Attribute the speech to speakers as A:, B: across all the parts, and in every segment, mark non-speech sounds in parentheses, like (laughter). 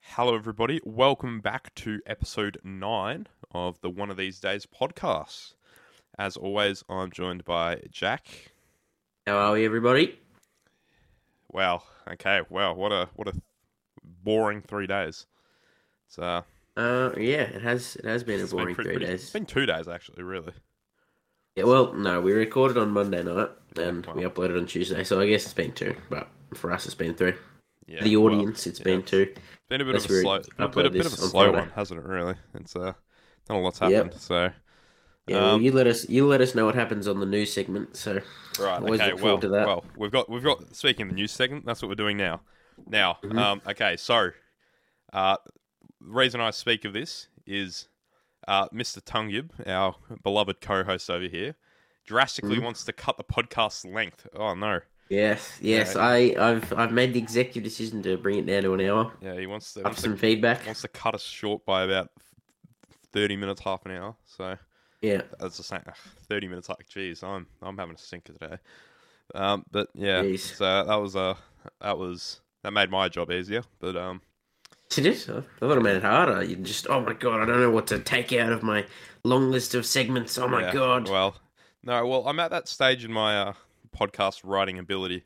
A: Hello, everybody. Welcome back to episode nine of the One of These Days podcast. As always, I'm joined by Jack.
B: How are we, everybody?
A: Wow. Okay. Wow. What a what a boring three days. It's uh,
B: Uh, yeah, it has it has been a
A: it's been
B: boring
A: pretty-
B: three
A: pretty-
B: days.
A: It's been two days actually. Really.
B: Yeah, well, no, we recorded on Monday night and
A: Yeah,
B: we uploaded on Tuesday, so I guess it's been two. But for us, it's been three.
A: Yeah.
B: the
A: well,
B: audience, it's
A: yeah.
B: been two.
A: Been a bit
B: Unless
A: of a
B: we
A: slow, a bit, a
B: upload
A: bit of a
B: this on
A: slow
B: Friday.
A: one, hasn't it? Really. It's uh, not a lot's
B: Yep.
A: happened. So.
B: Yeah, well,
A: Um,
B: you let us you let us know what happens on the news segment. So
A: Right.
B: Always
A: okay.
B: look forward
A: well,
B: to that.
A: well, we've got we've got speaking of the news segment. That's what we're doing now. Now,
B: Mm-hmm.
A: um, okay. So, uh, the reason I speak of this is uh, Mr. Tungyib, our beloved co-host over here, drastically
B: Mm-hmm.
A: wants to cut the podcast's length. Oh no.
B: yes, yes,
A: Yeah.
B: I I've I've made the executive decision to bring it down to an hour.
A: Yeah, he wants to
B: Have
A: wants,
B: some
A: to,
B: feedback.
A: wants to cut us short by about thirty minutes, half an hour. So
B: Yeah,
A: that's the same. ugh, Thirty minutes. Like, geez, I'm I'm having a sinker today. Um, but yeah,
B: Jeez.
A: so that was uh that was that made my job easier. But um,
B: It is. I thought I made it harder. You just, oh my god, I don't know what to take out of my long list of segments. Oh my
A: yeah,
B: god.
A: well, no, well, I'm at that stage in my uh, podcast writing ability.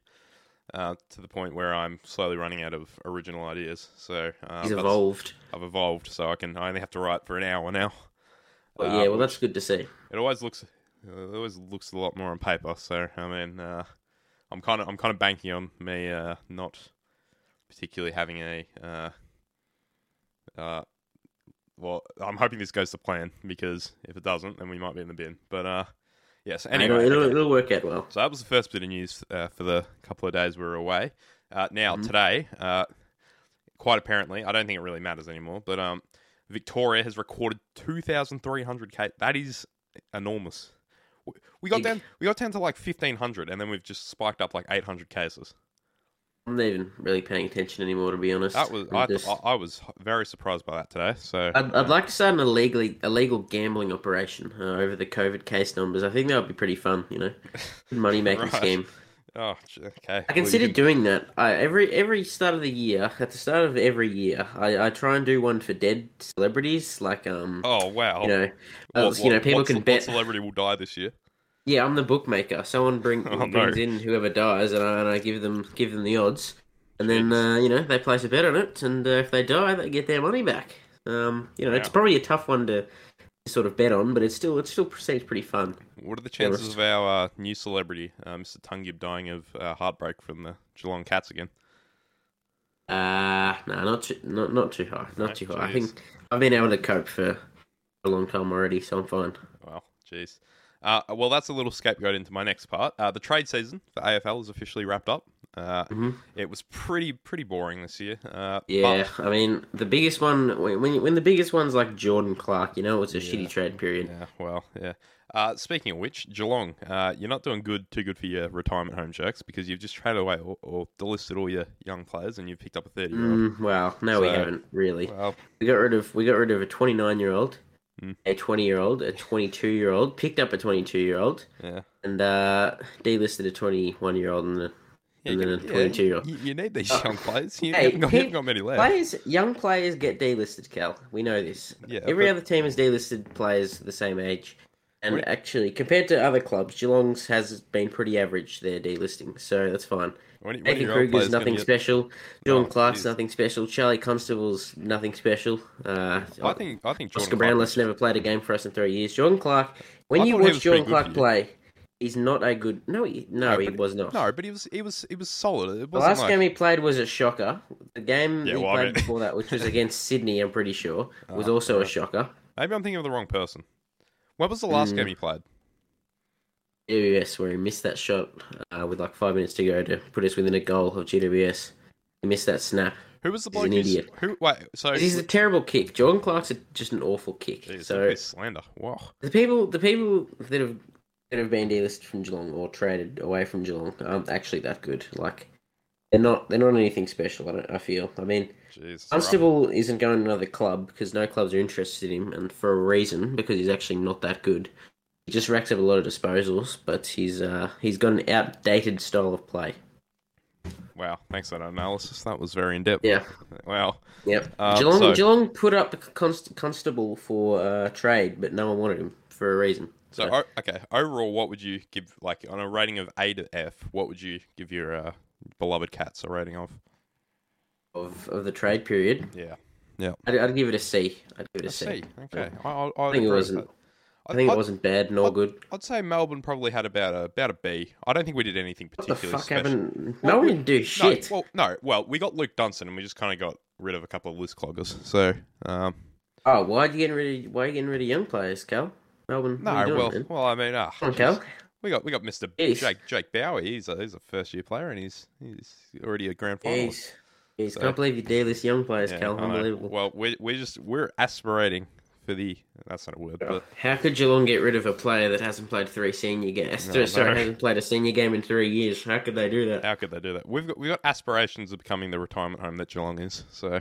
A: Uh, to the point where I'm slowly running out of original ideas, so uh,
B: He's
A: that's-
B: evolved.
A: I've evolved. So I can I only have to write for an hour now.
B: Well,
A: Uh,
B: yeah, well, that's good to see.
A: it always looks it always looks a lot more on paper. So I mean, uh, I'm kind of I'm kind of banking on me uh, not particularly having a. Uh, uh, well, I'm hoping this goes to plan because if it doesn't, then we might be in the bin. But uh, yes.
B: I know,
A: Anyway,
B: it'll,
A: okay.
B: it'll work out well.
A: so that was the first bit of news uh, for the couple of days we were away. Uh, now
B: Mm-hmm.
A: today, uh, quite apparently, I don't think it really matters anymore. But um, Victoria has recorded two thousand three hundred k. That is enormous. W- We got
B: Big.
A: down, we got down to like fifteen hundred, and then we've just spiked up like eight hundred cases.
B: I'm not even really paying attention anymore, to be honest.
A: That was
B: i
A: I, I, I was very surprised by that today. So
B: would I'd like to start an illegally illegal gambling operation uh, over the COVID case numbers. I think that would be pretty fun,
A: (laughs)
B: you know, money making
A: Right.
B: scheme.
A: oh, j- okay.
B: I
A: Well, you
B: consider
A: can-
B: doing that. I, every every start of the year, at the start of every year, I, I try and do one for dead celebrities, like um,
A: Oh wow!
B: you know, uh,
A: What-
B: you know,
A: what-
B: people
A: what ce-
B: can
A: what
B: bet.
A: celebrity will die this year.
B: Yeah, I'm the bookmaker. Someone bring
A: (laughs) Oh, no.
B: brings in whoever dies, and I, and I give them give them the odds, and then
A: Jeez.
B: uh, you know they place a bet on it, and uh, if they die, they get their money back. Um, you know, it's
A: Yeah.
B: probably a tough one to sort of bet on, but it's still it still seems pretty fun.
A: What are the chances of our uh, new celebrity, uh, Mr. Tungyib, dying of uh, heartbreak from the Geelong Cats again?
B: Uh no, not too, not not too high, not
A: No,
B: too high. I
A: geez.
B: think I've been able to cope for a long time already, so I'm fine.
A: Well, jeez. Uh, well, that's a little scapegoat into my next part. Uh, the trade season for AFL is officially wrapped up. Uh,
B: Mhm.
A: It was pretty pretty boring this year. Uh, but-
B: Yeah, I mean the biggest one when when, when the biggest one's like Jordan Clark, you know, it was a shitty trade period.
A: yeah. Well, yeah. Uh, speaking of which, Geelong, uh, you're not doing good, too good for your retirement home jerks because you've just traded away or, or delisted all your young players and you've picked up a 30 year old.
B: Mm, well, no, we
A: So-
B: haven't really.
A: Well,
B: We got rid of we got rid of a 29 year old,
A: Hmm.
B: a 20 year old, a 22 year old, picked up a 22 year old,
A: yeah.
B: and uh, delisted a 21 year old. And the
A: Yeah,
B: And
A: you-
B: then a
A: yeah,
B: 22-year-old.
A: You, you need these
B: Oh.
A: young players. You,
B: Hey,
A: haven't got, you haven't
B: keep-
A: got many left.
B: players, young players get delisted. Cal, we know this.
A: Yeah,
B: Every
A: but-
B: other team has delisted players the same age. And
A: Wait.
B: actually, compared to other clubs, Geelong's has been pretty average their delisting, so that's fine.
A: When, when
B: Nathan
A: your old
B: Kruger's
A: players gonna
B: nothing
A: get- Oh,
B: special. John
A: No,
B: Clark's
A: geez.
B: nothing special. Charlie Constable's nothing special. Uh,
A: I think I think
B: Oscar
A: Jordan Clark-
B: Brownless never played a game for us in three years. Jordan Clark, when
A: I
B: you
A: thought he
B: watch
A: was pretty
B: Jordan
A: good for
B: Clark
A: you.
B: play, he's not a good. No, he, no,
A: No,
B: he
A: but-
B: was not.
A: No, but he was he was he was solid. It
B: the
A: wasn't
B: last
A: like,
B: game he played was a shocker. The game
A: Yeah,
B: he
A: well, I
B: played
A: mean-
B: before that, which was
A: (laughs)
B: against Sydney, I'm pretty sure, was
A: Ah,
B: also a
A: right.
B: shocker.
A: Maybe I'm thinking of the wrong person. What was the last
B: Mm.
A: game he played?
B: GWS, where he missed that shot uh, with like five minutes to go to put us within a goal of GWS. He missed that snap.
A: Who was the
B: He's
A: bloke?
B: an
A: who's-
B: idiot.
A: Who? Wait. So
B: He's a terrible kick. Jordan Clark's a, just an awful kick.
A: Jeez,
B: so
A: look at this slander. Wow.
B: The people, the people that have that have been delisted from Geelong or traded away from Geelong aren't actually that good. Like they're not, they're not anything special. I don't, I feel. I mean,
A: Jeez. it's rough.
B: Constable isn't going to another club because no clubs are interested in him, and for a reason because he's actually not that good. He just racks up a lot of disposals, but he's uh he's got an outdated style of play.
A: Wow, thanks for that analysis. That was very in depth.
B: Yeah.
A: Wow.
B: Yep.
A: Um,
B: Geelong,
A: so-
B: Geelong put up a const- constable for uh, trade, but no one wanted him for a reason.
A: So
B: So,
A: o okay, overall, what would you give like on a rating of A to F? What would you give your uh, beloved cats a rating of?
B: of, of the trade period,
A: Yeah,
B: I'd, I'd give it a C. I'd give it a
A: a
B: C.
A: C. Okay, I, I, I,
B: I think it wasn't. I think it wasn't bad nor
A: I'd-
B: good.
A: I'd say Melbourne probably had about a about a B. I don't think we did anything
B: What the
A: particularly
B: fuck
A: special.
B: happened?
A: Well,
B: No one
A: we-
B: can do shit.
A: No, well, no, well, we got Luke Dunson, and we just kind of got rid of a couple of list cloggers. So, um,
B: Oh, why are you getting rid of why are you getting rid of young players, Cal? Melbourne.
A: no,
B: what are you doing,
A: well,
B: man?
A: well, I mean, ah,
B: Come on, Cal.
A: we got we got Mister
B: Jeez.
A: Jake Jake Bowie. He's a he's a first year player, and he's he's already a grand finalist.
B: Jeez. Jeez,
A: Oh. So-
B: can't believe you D-list young players,
A: Yeah,
B: Cal.
A: I know.
B: Unbelievable.
A: Well, we're, we're just we're aspirating for the that's not a word, but
B: How could Geelong get rid of a player that hasn't played three senior games?
A: No,
B: sorry,
A: no.
B: hasn't played a senior game in three years. How could they do that?
A: how could they do that? We've got we've got aspirations of becoming the retirement home that Geelong is. So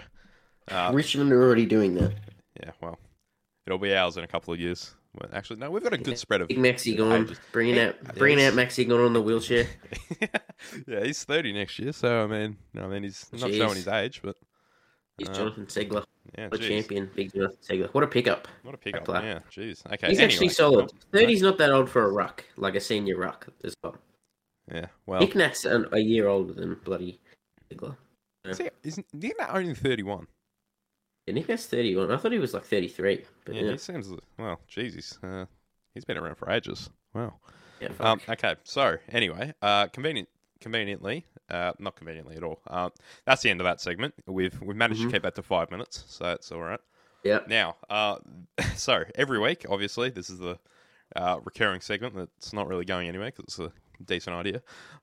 A: uh,
B: Richmond are already doing that.
A: yeah, well, it'll be ours in a couple of years. Well, actually, no, we've got a good spread of. (laughs)
B: Big Maxi gone.
A: ages.
B: Bringing out,
A: Hey,
B: bringing
A: yes.
B: out Maxi gone on the wheelchair.
A: yeah, he's thirty next year, so I mean, I mean, he's not
B: Jeez.
A: showing his age, but
B: He's
A: Uh,
B: Jonathan Segler,
A: yeah,
B: the
A: geez.
B: champion. Big Jonathan Segler. What a pickup.
A: What a pickup!
B: player.
A: Yeah, jeez. Okay,
B: He's actually
A: anyway.
B: solid.
A: Oh, no.
B: Thirty's not that old for a ruck, like a senior ruck. As well.
A: Yeah, well,
B: Nick Nat's an, a year older than bloody Segler.
A: see, isn't Nick Nat only thirty-one?
B: Yeah, Nick Nat's thirty-one. I thought he was like thirty-three. But
A: Yeah,
B: yeah,
A: he seems well. Jesus, uh, he's been around for ages. Wow.
B: yeah,
A: Um,
B: fuck.
A: okay, so anyway, uh, convenient, conveniently, uh, not conveniently at all. Um, that's the end of that segment. We've we've managed
B: Mhm.
A: to keep that to five minutes, so that's all right.
B: yeah.
A: Now, uh, (laughs) so every week, obviously, this is the uh, recurring segment that's not really going anywhere because it's a decent idea.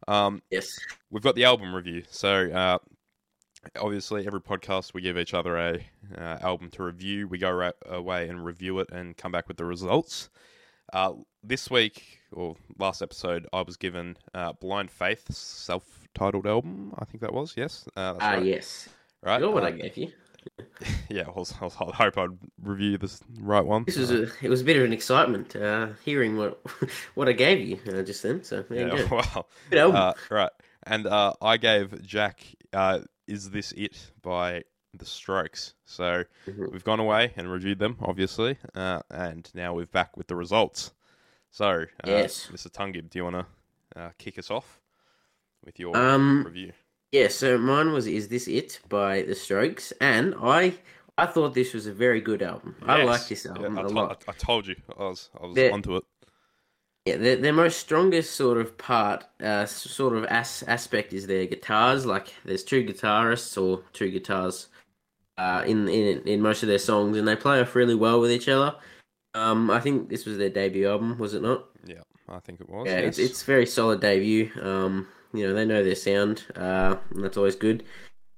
A: Um,
B: Yes.
A: we've got the album review. So uh, obviously, every podcast we give each other a uh, album to review. We go ra- away and review it and come back with the results. Uh, this week or last episode, I was given uh, Blind Faith's self-titled album. I think that was yes. Uh, that's
B: Ah,
A: right.
B: yes.
A: Right.
B: You know what I
A: Uh,
B: gave you.
A: yeah. I was, I was- I hope I'd review this right one.
B: This was
A: Uh,
B: a, it was a bit of an excitement uh, hearing what (laughs) what I gave you uh, just then. So there you
A: yeah. (laughs)
B: go.
A: Well,
B: Good Oh. album.
A: uh, right. And uh, I gave Jack uh, "Is This It" by The Strokes. So
B: Mhm.
A: we've gone away and reviewed them, obviously, uh, and now we're back with the results. So, uh,
B: Yes.
A: Mr. Tungib, do you want to uh, kick us off with your
B: Um,
A: review?
B: Yeah, so mine was "Is This It" by The Strokes, and I I thought this was a very good album. I
A: Yes.
B: like this
A: Yeah,
B: album
A: I
B: a
A: to-
B: lot.
A: I, I told you, I was, I was
B: There-
A: onto it.
B: Yeah, their, their most strongest sort of part, uh, s- sort of as- aspect, is their guitars. Like, there's two guitarists or two guitars uh, in, in in most of their songs, and they play off really well with each other. Um, I think this was their debut album, was it not?
A: I think it was.
B: Yeah, it's,
A: yes.
B: it's very solid debut. Um, you know, they know their sound, uh, and that's always good.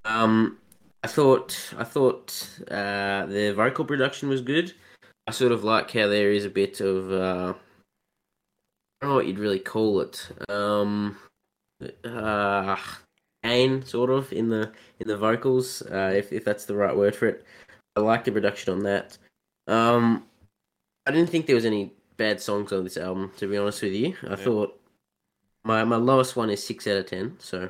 B: Um, I thought I thought uh, their vocal production was good. I sort of like how there is a bit of uh, I don't know what you'd really call it. Um, uh, pain sort of in the in the vocals, uh, if if that's the right word for it. I like the production on that. Um, I didn't think there was any bad songs on this album. To be honest with you, I
A: Yeah.
B: thought my my lowest one is six out of ten. So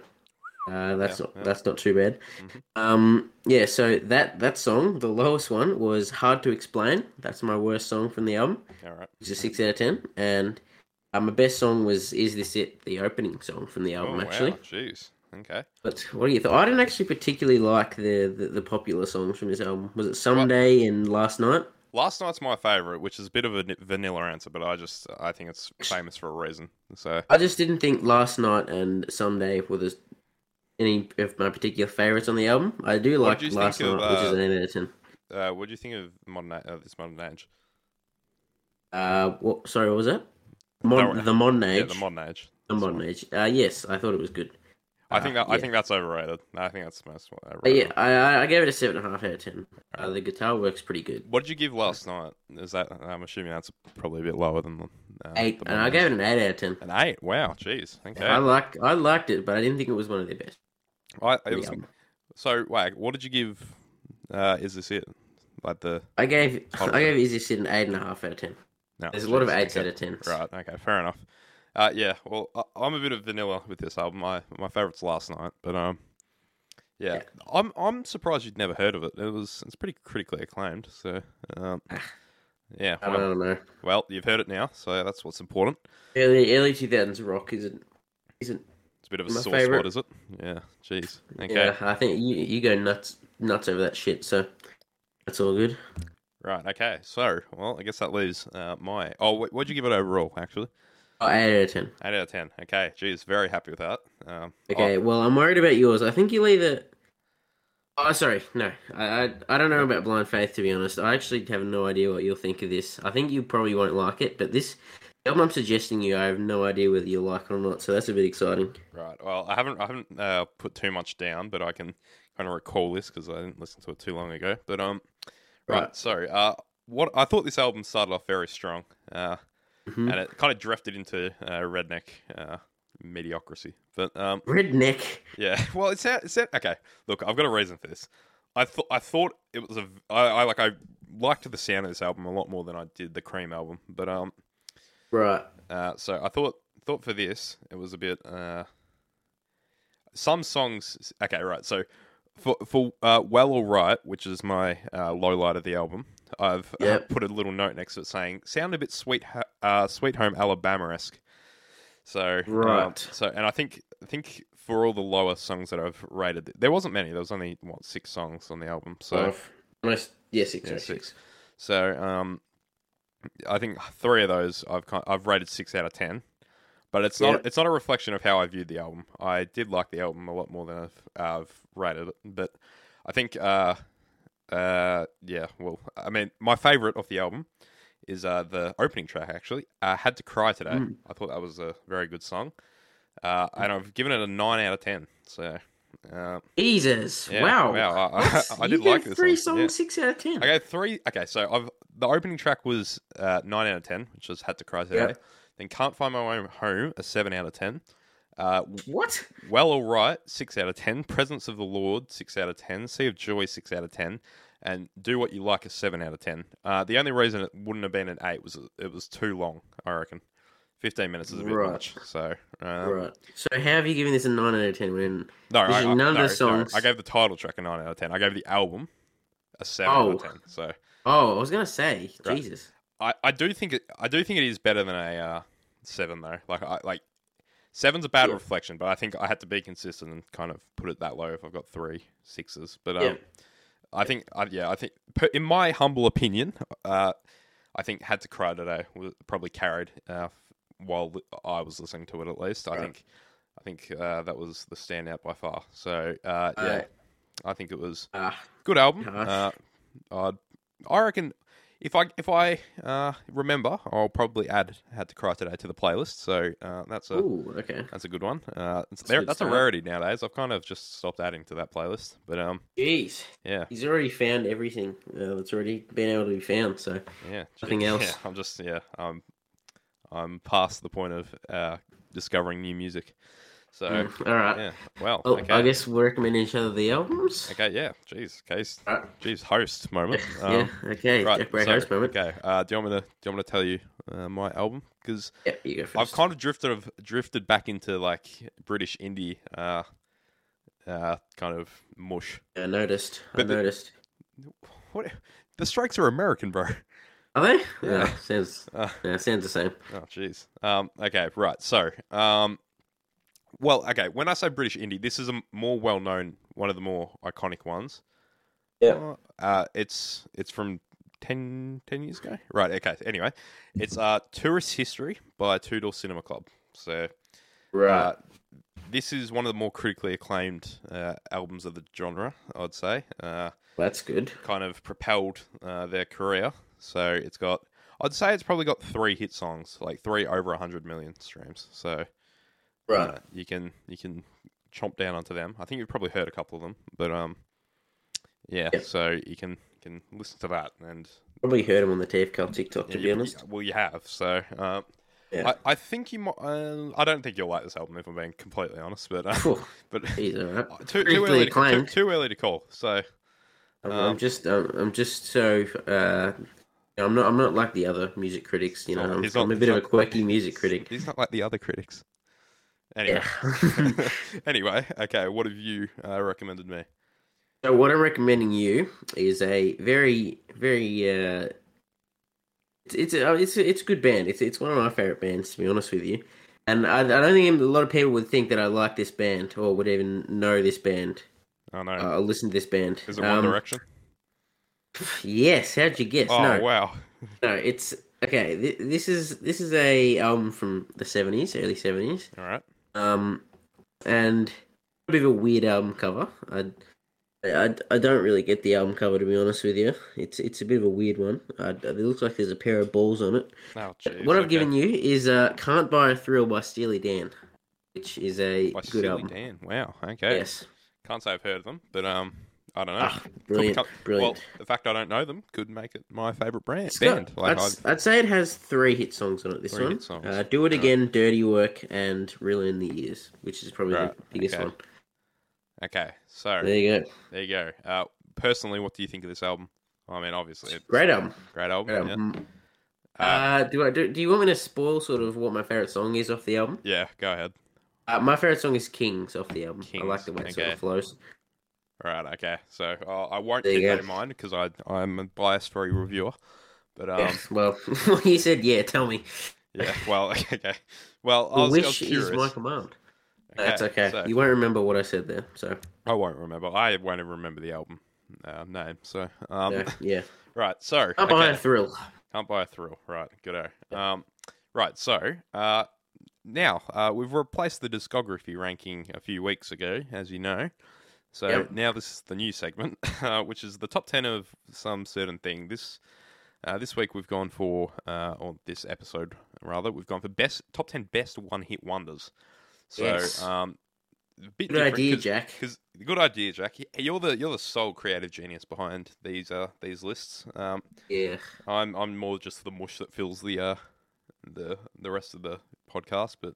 B: uh, that's
A: Yeah,
B: not
A: yeah.
B: that's not too bad.
A: Mhm.
B: Um, yeah. So that that song, the lowest one, was hard to explain. That's my worst song from the album.
A: All right.
B: It's a six out of ten, and uh, my best song was "Is This It?" the opening song from the
A: Oh,
B: album,
A: wow.
B: actually.
A: Jeez. Okay.
B: But what do you think? I didn't actually particularly like the, the, the popular songs from this album. Was it Someday and Last Night?
A: Last night's my favorite, which is a bit of a ni- vanilla answer, but I just I think it's famous for a reason. So
B: I just didn't think Last Night and Someday were the, any of my particular favourites on the album. I do
A: What
B: like
A: did you
B: Last
A: think
B: Night,
A: of,
B: which is
A: uh,
B: an 8 out of 10.
A: Uh, what do you think of modern a- uh, this modern age?
B: Uh, what, sorry, what was that? Mon,
A: worry.
B: the Modern Age.
A: Yeah, the modern age.
B: The Modern Age. Uh, yes, I thought it was good.
A: I think
B: Uh,
A: that I
B: yeah.
A: think that's overrated. I think that's the most uh,
B: But
A: overrated.
B: yeah, I, I- I gave it a 7.5 out of 10. Uh, the guitar works pretty good.
A: What did you give last night? Is that I'm assuming that's probably a bit lower than the, uh,
B: Eight,
A: the
B: and
A: modern
B: I gave
A: age.
B: it an 8 out of 10.
A: an eight. Wow, jeez. Okay.
B: I liked, I liked it, but I didn't think it was one of their best.
A: I,
B: on
A: it
B: the
A: was,
B: album.
A: so wait, what did you give? Uh, is this it? Like the
B: I gave
A: Hold
B: I
A: on.
B: gave Easy Sit an eight and a half out of ten.
A: no,
B: There's a lot of
A: jeez,
B: eights
A: okay.
B: out of tens.
A: Right. Okay. Fair enough. Uh, yeah, well, I, I'm a bit of vanilla with this album. My my favorite's Last Night, but um, yeah,
B: Yeah.
A: I'm I'm surprised you'd never heard of it. It was it's pretty critically acclaimed. So um, yeah,
B: Ah. I
A: well,
B: don't know.
A: well, you've heard it now, so that's what's important.
B: Early early two thousands rock isn't isn't.
A: It's a bit of a
B: My
A: sore spot,
B: favourite.
A: is it? Yeah, jeez. Okay,
B: Yeah, I think you you go nuts nuts over that shit. So that's all good.
A: right. Okay, so well, I guess that leaves uh, my. Oh, wh- what'd you give it overall? Actually,
B: Oh, eight out of ten.
A: eight out of ten. Okay, geez, very happy with that. Um, I-
B: Okay, well, I'm worried about yours. I think you'll either. Oh, sorry, no. I, I I don't know about Blind Faith to be honest. I actually have no idea what you'll think of this. I think you probably won't like it, but this the album I'm suggesting you, I have no idea whether you'll like it or not. So that's a bit exciting.
A: Right. Well, I haven't I haven't uh, put too much down, but I can kind of recall this because I didn't listen to it too long ago. But um, right.
B: Right.
A: So uh, what I thought this album started off very strong, uh,
B: Mhm.
A: and it kind of drifted into uh, redneck uh, mediocrity. But um,
B: Redneck.
A: yeah. (laughs) Well, it's it's okay. Look, I've got a reason for this. I thought I thought it was a I, I like I liked the sound of this album a lot more than I did the Cream album. But um,
B: Right.
A: uh, so I thought thought for this it was a bit uh, some songs. Okay, right. So for for uh, well or right, which is my uh, low light of the album, I've
B: Yep.
A: uh, put a little note next to it saying "sound a bit sweet, ho- uh, sweet home Alabama esque." So um,
B: Right.
A: so and I think I think for all the lower songs that I've rated, there wasn't many. There was only what six songs on the album. So
B: Five. Almost. Yeah, six.
A: Yeah,
B: right,
A: six.
B: six.
A: so um, I think three of those I've kind I've rated six out of ten, but it's not
B: Yep.
A: it's not a reflection of how I viewed the album. I did like the album a lot more than I've, I've rated it, but I think uh, uh, yeah. Well, I mean, my favorite of the album is uh, the opening track actually. Uh, Had to cry today.
B: Mm.
A: I thought that was a very good song, uh, and I've given it a nine out of ten. So. Uh,
B: Jesus.
A: yeah,
B: wow.
A: wow! I, I,
B: What?
A: (laughs) I
B: You
A: did
B: gave
A: like this.
B: Three
A: song.
B: songs,
A: Yeah.
B: six out of ten.
A: I got three. Okay, so I've the opening track was uh, nine out of ten, which was had to cry today. Then can't find my way home, a seven out of ten. Uh,
B: What?
A: well, all right, six out of ten. Presence of the Lord, six out of ten. Sea of Joy, six out of ten. And do what you like, a seven out of ten. Uh, the only reason it wouldn't have been an eight was it was too long. I reckon, fifteen minutes is a bit
B: Right.
A: much. So um,
B: right. So how have you given this a nine out of ten when?
A: no,
B: This
A: I,
B: is
A: I-
B: none of the
A: no, no,
B: songs.
A: I gave the title track a nine out of ten. I gave the album a seven out of
B: Oh.
A: ten. So.
B: Oh, I was gonna say
A: Right.
B: Jesus.
A: I, I do think it I do think it is better than a uh, seven though. Like I like seven's a bad
B: Yeah.
A: reflection, but I think I had to be consistent and kind of put it that low if I've got three sixes. But um,
B: Yeah.
A: I think I, yeah, I think per, in my humble opinion, uh, I think had to cry today was probably carried uh, while li- I was listening to it at least. I
B: Right.
A: think I think uh, that was the standout by far. So uh, yeah,
B: Alright.
A: I think it was
B: Ah,
A: good album. Uh,
B: Nice.
A: I'd, I reckon if I if I uh, remember, I'll probably add "Had to Cry Today" to the playlist. So uh, that's a
B: ooh, okay.
A: that's a good one. Uh, it's, there,
B: good
A: that's a um,
B: start. uh, (laughs)
A: uh,
B: Mm. Hmm, Oh, Uh, (laughs)
A: Um, uh, uh, (laughs) Oh, Um, Uh, uh, uh, uh, uh, uh, um, uh, uh, Um,
B: (laughs) know, uh, I'm not. I'm not like the other music critics. You know,
A: He's not-
B: I'm,
A: Oh, he's
B: I'm a
A: not-
B: bit of
A: he's
B: a
A: not-
B: quirky music critic.
A: He's not like the other critics. Anyway.
B: Yeah.
A: (laughs)
B: (laughs)
A: anyway, okay, what have you uh, recommended me?
B: so what I'm recommending you is a very, very. Uh, it's it's a, it's a, it's a good band. It's it's one of my favorite bands to be honest with you, and I, I don't think a lot of people would think that I like this band or would even know this band.
A: Oh no.
B: Uh, or listen to this band.
A: Is it One
B: Um,
A: Direction?
B: Yes. How'd you guess?
A: Oh
B: no.
A: wow.
B: No, it's okay. Th- this is this is a album from the seventies, early seventies,
A: All right.
B: um, and a bit of a weird album cover. I, I, I don't really get the album cover to be honest with you. It's it's a bit of a weird one. I, it looks like there's a pair of balls on it.
A: Oh,
B: But
A: jeez.
B: what I've
A: okay.
B: given you is uh, "Can't Buy a Thrill" by Steely Dan, which is a
A: By
B: good
A: Steely
B: album.
A: Dan. Wow. Okay.
B: Yes,
A: Can't say I've heard of them, but um, I don't know.
B: ah,
A: Could
B: brilliant,
A: become-
B: brilliant.
A: Well, the fact I don't know them could make it my favorite brand.
B: It's got-
A: band. Like
B: I'd,
A: I'd,
B: I'd say it has three hit songs on it. This
A: Three
B: one,
A: hit songs.
B: Uh, "Do It
A: Alright.
B: Again," "Dirty Work," and "Reel in the Years," which is probably the
A: Right,
B: biggest
A: okay.
B: one.
A: okay. So
B: There you go.
A: there you go. Uh, personally, what do you think of this album? I mean, obviously, it's
B: Great album.
A: a great album.
B: Great
A: yeah.
B: album.
A: Uh,
B: Um, Uh, do I do, do you want me to spoil sort of what my favorite song is off the album?
A: yeah. Go ahead.
B: Uh, my favorite song is Kings off the album. I
A: Kings,
B: like the way it sort
A: okay.
B: of flows.
A: All right. Okay. So uh, I won't
B: There you
A: keep that
B: go.
A: in mind because I I'm a biased very reviewer. But um,
B: (laughs) yes, well, you said yeah. Tell me,
A: yeah. Well, (laughs) okay. Well, I was,
B: The
A: I was
B: wish
A: curious.
B: is my command. Uh,
A: Okay,
B: That's okay.
A: so-
B: You won't remember what I said there, so
A: I won't remember. I won't even remember the album uh, name. So, um,
B: yeah. yeah.
A: (laughs) right. So,
B: I'm
A: okay.
B: behind a thrill.
A: Can't buy a thrill. Right. Good. Um, right. So, uh, now uh, we've replaced the discography ranking a few weeks ago, as you know. So
B: Yep.
A: now this is the new segment, (laughs) uh, which is the top ten of some certain thing. This uh, this week we've gone for, uh, or this episode rather, we've gone for best top ten best one hit wonders. So,
B: Yes.
A: um, a bit
B: Good idea,
A: 'cause-
B: Jack.
A: because good idea, Jack. Y- You're the you're the sole creative genius behind these uh these lists. Um,
B: Yeah.
A: I'm I'm more just the mush that fills the uh the the rest of the podcast, but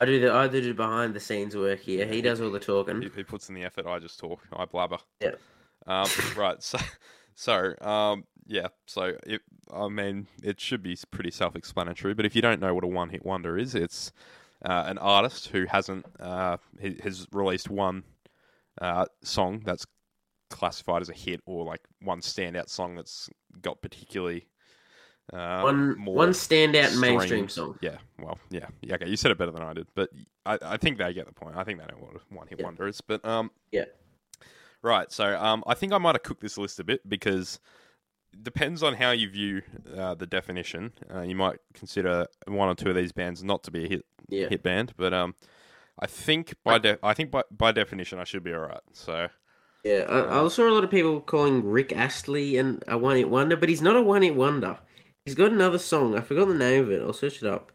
B: I do the I do the behind the scenes work here. He does all the
A: he,
B: talking.
A: he puts in the effort. I just talk. I blabber.
B: Mm. Yeah.
A: Um, right. So so um yeah. So it I mean it should be s- pretty self explanatory. But if you don't know what a one hit wonder is, it's uh, an artist who hasn't uh he, has released one uh, song that's classified as a hit or like one standout song that's got particularly uh,
B: one
A: more
B: one standout mainstream
A: streams.
B: song.
A: Yeah, well, yeah, yeah. Okay, you said it better than I did, but I, I think they get the point. I think they know what a one hit
B: Yeah.
A: wonder is, but um,
B: Yeah.
A: right. So um, I think I might have cooked this list a bit because depends on how you view uh, the definition. Uh, you might consider one or two of these bands not to be a hit
B: Yeah.
A: hit band, but um, I think by de- I think by, by definition I should be all right. So
B: Yeah, I, I saw a lot of people calling Rick Astley and a one hit wonder, but he's not a one hit wonder. He's got another song. I forgot the name of it. I'll search it up.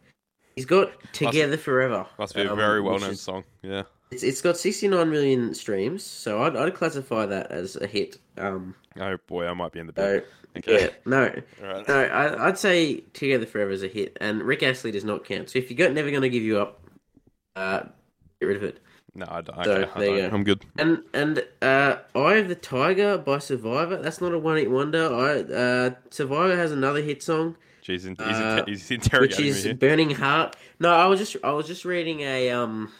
B: He's got Together Forever.
A: must be a
B: um,
A: very
B: which
A: well known
B: is-
A: song. Yeah.
B: It's, it's got 69 million streams, so I'd, I'd classify that as a hit. Um,
A: Oh boy, I might be in the
B: so,
A: bed. okay.
B: yeah, no,
A: All
B: (laughs)
A: right.
B: no, I, I'd say Together Forever is a hit, and Rick Astley does not count. So if you got Never Gonna Give You Up, uh, get rid of it.
A: No, I don't.
B: So,
A: Okay, I
B: there you
A: don't.
B: go.
A: I'm good.
B: And and uh, Eye of the Tiger by Survivor. That's not a one hit wonder. I uh, Survivor has another hit song,
A: Jeez, he's,
B: Uh,
A: inter- he's interrogating
B: which is
A: me here.
B: Burning Heart. No, I was just I was just reading a um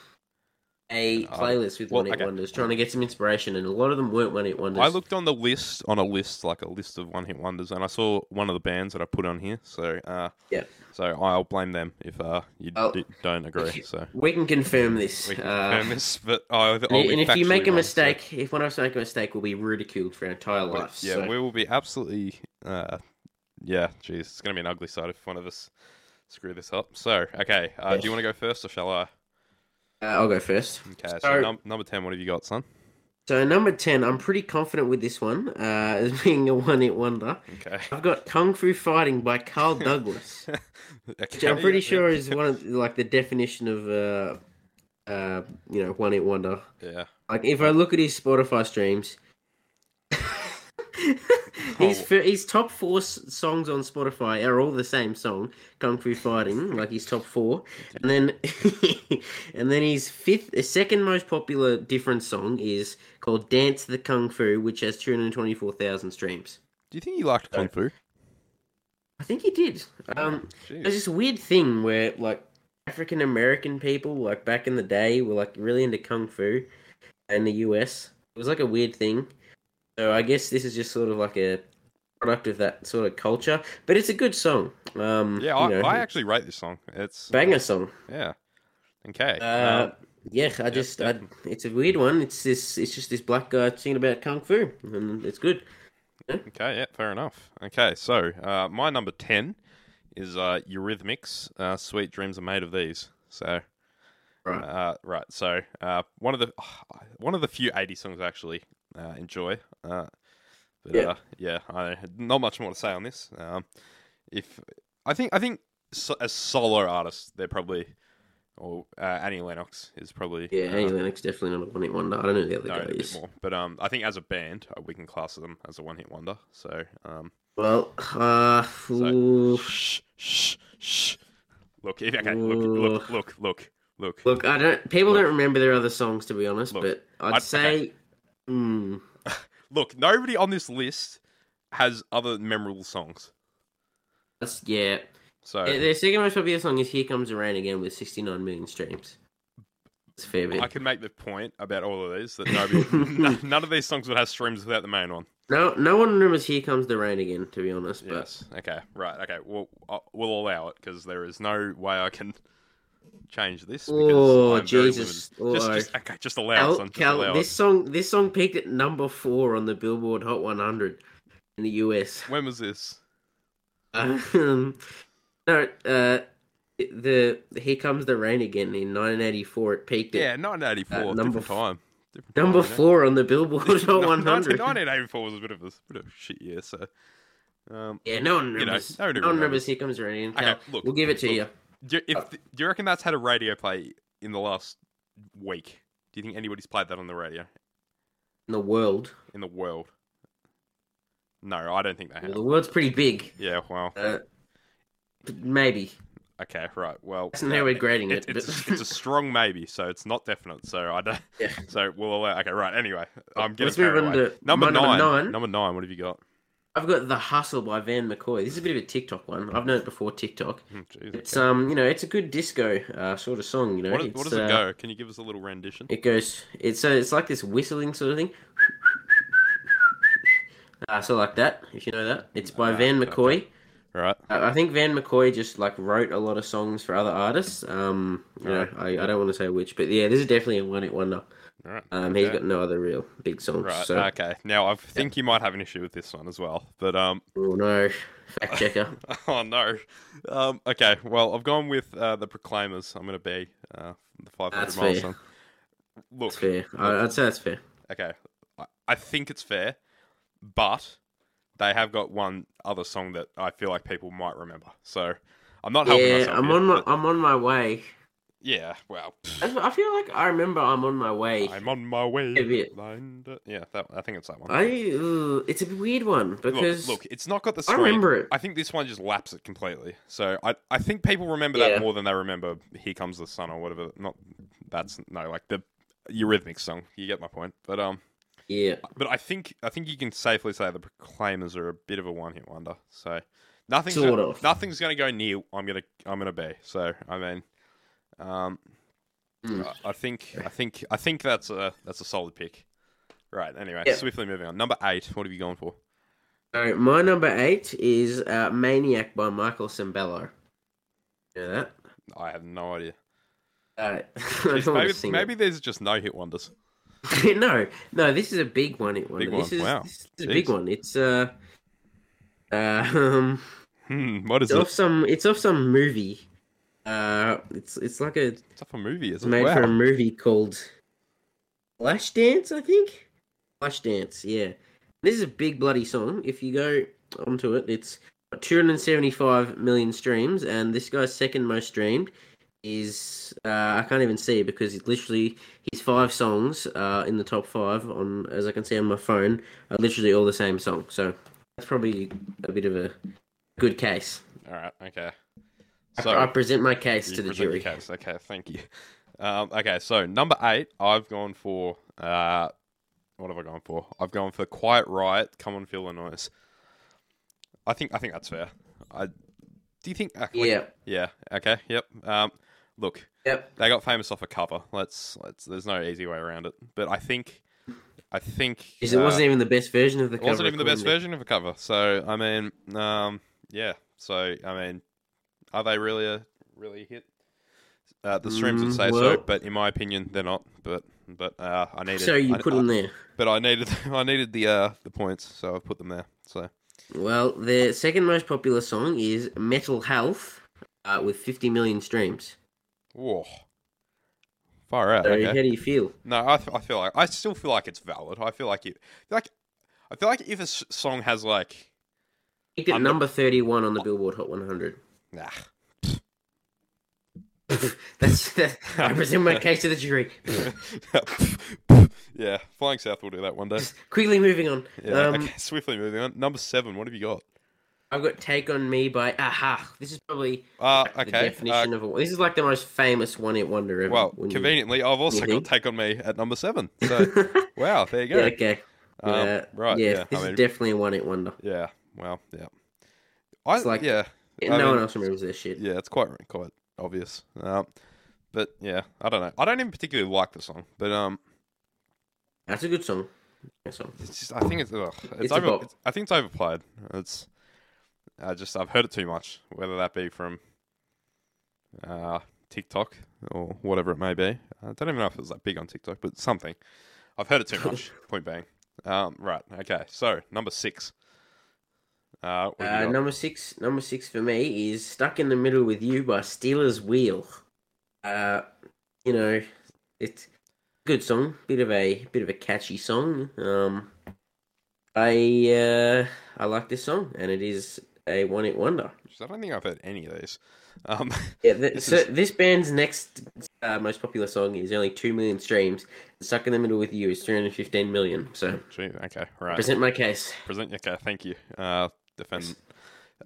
B: a
A: Uh,
B: playlist with
A: well,
B: one hit
A: okay.
B: wonders, trying to get some inspiration, and a lot of them weren't one hit wonders.
A: I looked on the list on a list like a list of one hit wonders, and I saw one of the bands that I put on here. So uh,
B: Yeah.
A: so I'll blame them if uh, you
B: Oh.
A: d- don't
B: (laughs)
A: agree. So
B: We can confirm this.
A: we can
B: uh,
A: confirm this, but I,
B: and- and if you make a mistake, if one of us make a mistake, we'll be ridiculed for our entire life.
A: yeah,
B: so.
A: we will be absolutely. Uh, yeah, jeez, it's gonna be an ugly sight if one of us screw this up. So okay, uh, do you want to go first or shall I?
B: uh, I'll go first.
A: Okay, so,
B: So-
A: num- number ten, what have you got, son?
B: So number ten, I'm pretty confident with this one uh, (laughs) as being a one hit wonder.
A: Okay, (laughs)
B: I've got Kung Fu Fighting by Carl Douglas, which
A: Okay,
B: I'm pretty
A: yeah,
B: sure is one of like the definition of uh, uh, you know, one hit wonder.
A: yeah.
B: Like if I look at his Spotify streams, (laughs) his fir- his top four s- songs on Spotify are all the same song, Kung Fu Fighting, like his top four, and then (laughs) and then his fifth, his second most popular different song is called Dance the Kung Fu, which has two hundred twenty four thousand streams.
A: Do you think you liked kung fu?
B: I think he did. Um,
A: Jeez.
B: there's this weird thing where like African American people, like back in the day, were like really into kung fu in the US. It was like a weird thing. So I guess this is just sort of like a product of that sort of culture. But it's a good song. Um,
A: yeah,
B: you
A: I,
B: know,
A: I actually rate this song. It's
B: banger song.
A: yeah. Okay.
B: Uh,
A: um,
B: yeah, I just, I, it's a weird one. It's this, it's just this black guy singing about kung fu, and it's good.
A: okay. Yeah. Fair enough. Okay. So uh, my number ten is uh, Eurythmics. Uh, Sweet dreams are made of these. So.
B: Right.
A: Uh, right. So uh, one of the one of the few '80s songs I actually uh, enjoy. Uh, but
B: Yeah.
A: yeah, uh, yeah I, not much more to say on this. Um, if I think I think so, as solo artists, they're probably or uh, Annie Lennox is probably
B: Yeah,
A: uh,
B: Annie Lennox definitely not a one-hit wonder. I don't know who the other
A: no, a
B: guy
A: bit
B: is.
A: more. But um, I think as a band, uh, we can class them as a one-hit wonder. So um,
B: Well, uh, ooh,
A: shh, shh, shh. Look, if, okay, look, look, look, look, look.
B: look, I don't. People don't remember their other songs, to be honest.
A: Look,
B: but I'd
A: I'd-
B: say,
A: okay.
B: mm,
A: Look, nobody on this list has other memorable songs.
B: that's yeah.
A: So
B: Their, their second most popular song is "Here Comes the Rain Again" with 69 million streams. It's a fair bit.
A: I can make the point about all of these that
B: (laughs)
A: nobody, n- none of these songs would have streams without the main one.
B: No, no one remembers "Here Comes the Rain Again," to be honest.
A: Yes. Okay. Right. Okay. Well, I- we'll allow it because there is no way I can change this. Because
B: Oh,
A: I'm very
B: Jesus.
A: limited. Just,
B: Oh.
A: just, okay. Just allow it.
B: But Cal,
A: Son, just
B: Cal,
A: allow it.
B: this song, this song peaked at number four on the Billboard Hot 100 in the US.
A: When was this?
B: (laughs) Um, no, uh, the "Here Comes the Rain Again" in 1984 it peaked at
A: Yeah, 1984.
B: Uh, number
A: different
B: f-
A: time. Different
B: number
A: time, you know?
B: four on
A: (laughs)
B: the Billboard Hot
A: No,
B: 100.
A: 1984 was a bit of a bit of a shit year. So, um,
B: Yeah, no one
A: know,
B: remembers.
A: no one
B: no one
A: remembers.
B: remembers. Here comes the rain. Again.
A: Okay, look,
B: we'll give it to
A: look.
B: you. Uh,
A: Do you, if do you reckon that's had a radio play in the last week? Do you think anybody's played that on the radio
B: In the world,
A: in the world? No, I don't think they
B: well,
A: have.
B: the world's pretty big.
A: Yeah, well,
B: Uh, but maybe
A: okay, right. Well,
B: that's not how we're grading
A: it,
B: it.
A: it's,
B: (laughs) but...
A: it's a strong maybe, so it's not definite. So I don't.
B: Yeah.
A: (laughs) So we'll allow. Okay, right. Anyway, I'm getting
B: Let's move
A: carried
B: on
A: away.
B: to
A: number
B: my number
A: nine.
B: nine.
A: Number nine. What have you got?
B: I've got the hustle by Van McCoy. This is a bit of a TikTok one. I've known it before TikTok.
A: Hmm, jeez,
B: It's
A: okay.
B: um, you know, it's a good disco uh, sort of song. You know,
A: what, is, what
B: It's,
A: does it
B: uh,
A: go? Can you give us a little rendition?
B: It goes. It's so it's like this whistling sort of thing. (laughs) Uh, so like that, if you know that. It's by
A: Uh,
B: Van
A: okay.
B: McCoy.
A: Right.
B: I I think Van McCoy just like wrote a lot of songs for other artists. Um, you know, I, I don't want to say which, but yeah, this is definitely a one-hit wonder.
A: All right.
B: Um, he's got no other real big songs.
A: Right.
B: Oh, so,
A: Okay. Now I think you might have an issue with this one as well, but um, (laughs)
B: oh no, fact checker.
A: Oh no. Um, okay, well I've gone with uh, the Proclaimers. I'm going to be uh, the 500
B: That's
A: miles.
B: fair.
A: Song. Look,
B: That's fair. I, I'd say that's fair.
A: okay, I, I think it's fair, but they have got one other song that I feel like people might remember. So I'm not helping
B: Yeah,
A: myself.
B: I'm
A: here,
B: on my
A: but-
B: I'm on my way.
A: yeah, well, pfft,
B: I I feel like I remember I'm on my way.
A: I'm on my way.
B: Yeah, yeah.
A: Lined up- Yeah, that, I think it's that one.
B: I ugh, it's a weird one
A: Look,
B: because
A: look, it's not got the
B: I
A: screen.
B: remember it.
A: I think this one just laps it completely. So I, I think people remember
B: Yeah.
A: that more than they remember "Here Comes the Sun" or whatever. Not that's no like the Eurythmics song. You get my point. But um,
B: yeah,
A: but I think I think you can safely say the Proclaimers are a bit of a one-hit wonder. So nothing's
B: Sort
A: gonna,
B: of.
A: nothing's going to go near. I'm gonna I'm gonna be. So I mean, um,
B: Hmm.
A: I- I think I think I think that's a that's a solid pick. Right. Anyway,
B: Yeah.
A: swiftly moving on. Number eight. What have you gone for?
B: All right, my number eight is uh, "Maniac" by Michael Cimbello. You know that?
A: I have no idea.
B: Uh, (laughs) I
A: Jeez,
B: don't want to
A: maybe
B: sing
A: maybe there's just no hit wonders.
B: it. (laughs) no, no, this is a big one. It one.
A: Big
B: this
A: one,
B: Is,
A: wow.
B: This is a
A: Jeez.
B: big one. It's uh, uh, (laughs) um,
A: Hmm, what is
B: it's
A: it?
B: off some. It's off some movie. Uh, it's it's like a
A: It's off a movie,
B: it's
A: is it?
B: made for a
A: Wow.
B: movie called Flashdance, I think. Flashdance, yeah. This is a big bloody song. If you go onto it, it's got 275 million streams, and this guy's second most streamed is uh, I can't even see because it's literally his five songs uh, in the top five on as I can see on my phone are literally all the same song. So that's probably a bit of a good case.
A: All right, okay.
B: I-
A: So
B: I, present my case
A: you
B: to the
A: present your
B: jury.
A: case. Okay, thank you. Um, okay, so number eight, I've gone for uh, what have I gone for? I've gone for Quiet Riot. Come on, feel the noise. I think I think that's fair. I do you think? uh, like-
B: Yeah.
A: Yeah. Okay. Yep. Um, look,
B: Yep.
A: they got famous off a cover. Let's let's. There's no easy way around it. But I think, I think
B: Because it
A: uh,
B: wasn't even the best version of the
A: it
B: cover.
A: wasn't even the best
B: according
A: version of a cover. So I mean, um, yeah. So I mean, are they really a really a hit? Uh, the streams would
B: Mm,
A: say
B: well-
A: so, but in my opinion, they're not. But but uh, I
B: to-
A: needed.
B: So you
A: I,
B: put
A: I-
B: them there.
A: But I needed (laughs) I needed the uh the points, so I put them there. So
B: Well, their second most popular song is Metal Health uh, with 50 million streams.
A: whoa, far out.
B: So
A: okay.
B: how do you feel?
A: No, I, th- I feel like I still feel like it's valid. I feel like it, like I feel like if a s- song has like
B: Peaked at
A: I'm not-
B: number 31 on the Billboard Hot 100.
A: nah,
B: (laughs)
A: (laughs)
B: That's that,
A: (laughs)
B: I present my case to the jury.
A: yeah, Flying South will do that one day.
B: Quickly moving on.
A: Yeah,
B: um,
A: okay, (laughs) swiftly moving on. Number seven, what have you got?
B: I've got Take on Me by Aha. This is probably
A: Uh,
B: the
A: okay.
B: definition of a. This is like the most famous one hit wonder
A: uh,
B: ever.
A: well,
B: when you-
A: conveniently, I've also
B: you
A: got
B: think?
A: Take on Me at number
B: (laughs)
A: seven. So wow, there you
B: yeah,
A: go.
B: okay.
A: Um,
B: yeah,
A: right,
B: Yeah,
A: yeah,
B: this
A: I mean-
B: is definitely a one hit wonder.
A: Yeah, wow, yeah. I
B: It's like-
A: yeah. I
B: no
A: mean,
B: one else remembers this shit.
A: Yeah, it's quite quite obvious. Um, but yeah, I don't know. I don't even particularly like the song, but um,
B: That's a good song. Good song.
A: It's just, I think it's, ugh, it's,
B: It's a
A: over.
B: bop.
A: It's, I think it's overplayed. It's, I just I've heard it too much, whether that be from, uh, TikTok or whatever it may be. I don't even know if it was that big on TikTok, but something. I've heard it too
B: (laughs)
A: much. point bang. Um, right. Okay. So number six. Uh, what have
B: Uh,
A: you got?
B: number six, number six for me is "Stuck in the Middle with You" by Steelers Wheel. Uh, you know, it's a good song, bit of a bit of a catchy song. Um, I uh, I like this song, and it is a one-hit wonder.
A: I don't think I've heard any of these. Um, (laughs)
B: Yeah, th-
A: This
B: so
A: is-
B: this band's next uh, most popular song is only two million streams. "Stuck in the Middle with You" is three hundred fifteen million. So
A: gee, okay. Right.
B: present my case.
A: Present. Okay, thank you, uh, defendant.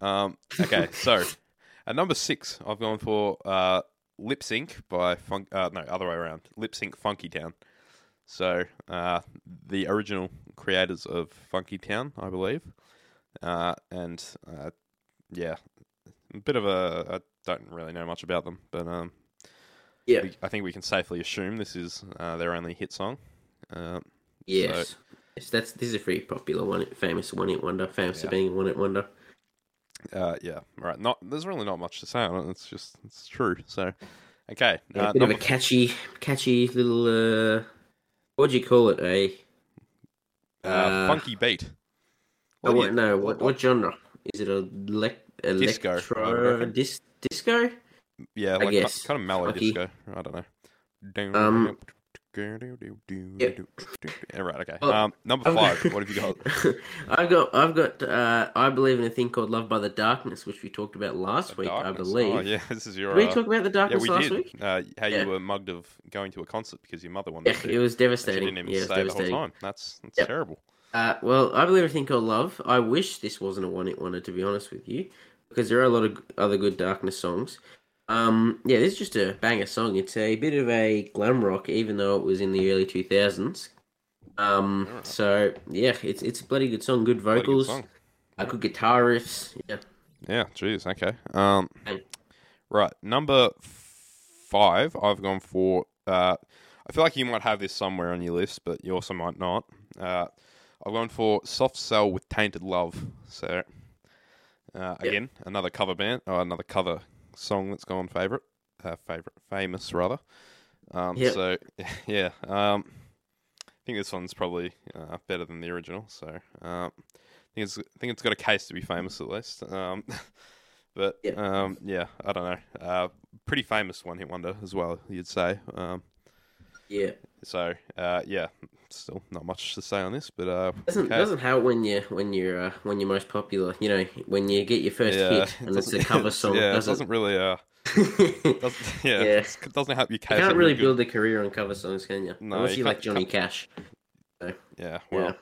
A: Um, okay, so at number six, I've gone for uh, Lip Sync by Funk. Uh, no, other way around. Lip Sync Funky Town. So uh, the original creators of Funky Town, I believe, uh, and uh, yeah, a bit of a. I don't really know much about them, but um,
B: Yeah,
A: we, I think we can safely assume this is uh, their only hit song. Um,
B: Yes. yes. That's this is a pretty popular one, famous one hit wonder, famous
A: Yeah.
B: for being a one hit wonder.
A: Uh, yeah, right. Not there's really not much to say on it. It's just it's true. So, okay,
B: Yeah,
A: uh,
B: a bit of
A: number,
B: a catchy, catchy little. Uh, what do you call it? A
A: uh,
B: uh,
A: funky beat.
B: oh,
A: do
B: what,
A: you-
B: no. What what genre is it? A lec-
A: Disco, I would
B: electro
A: reckon.
B: dis- disco?
A: yeah, like
B: guess.
A: kind of mellow
B: Funky.
A: disco. I don't know.
B: Um,
A: Yeah, right. Okay.
B: well,
A: um, number
B: I've
A: five.
B: got-
A: what have
B: (laughs)
A: you got?
B: I've got I've got uh, I believe in a thing called Love by the Darkness, which we talked about last week, I
A: Darkness.
B: believe.
A: Oh, yeah, (laughs) this is your.
B: Did we
A: uh,
B: talk about the
A: yeah,
B: darkness
A: we
B: last
A: did.
B: week?
A: Uh, how
B: Yeah.
A: you were mugged of going to a concert because your mother wanted
B: Yeah,
A: to.
B: it was
A: and she
B: devastating.
A: didn't even
B: yeah, it was
A: stay the whole
B: devastating.
A: time. That's that's
B: Yep.
A: terrible.
B: Uh, well, I believe everything called love. I wish this wasn't a one-hit wonder, to be honest with you, because there are a lot of g- other good Darkness songs. Um, yeah, this is just a banger song. It's a bit of a glam rock, even though it was in the early two thousands. Um,
A: Alright.
B: so yeah, it's it's a bloody good song. Good
A: Ah. Bloody good
B: vocals,
A: song.
B: Uh, good guitar riffs. Yeah,
A: Yeah, jeez, okay. Um,
B: Hey.
A: right, number five, I've gone for. Uh, I feel like you might have this somewhere on your list, but you also might not. Uh, I've gone for Soft Cell with Tainted Love. So, uh, again, another cover band, or another cover song that's gone favorite, uh, favorite, famous rather. Um,
B: Yep.
A: So, (laughs) yeah, um, I think this one's probably uh, better than the original. So, um, I think it's, I think it's got a case to be famous at least. Um, (laughs) but
B: Yeah.
A: um, yeah, I don't know. Uh, pretty famous one hit wonder as well, you'd say. Um,
B: yeah.
A: so uh, yeah, still not much to say on this, but uh,
B: Doesn't
A: okay.
B: doesn't help when you when you're uh, when you're most popular. You know, when you get your first
A: yeah,
B: hit
A: (laughs) it
B: and it's a
A: doesn't-
B: cover song.
A: yeah, it
B: doesn't,
A: doesn't really. Uh,
B: (laughs)
A: doesn't, (laughs) yeah,
B: Yeah.
A: it's- it doesn't help your
B: You
A: case.
B: can't
A: up
B: really
A: good-
B: build a career on cover songs, can you?
A: No,
B: Unless
A: you
B: you
A: can't-
B: like Johnny Cash.
A: Yeah,
B: Yeah.
A: well,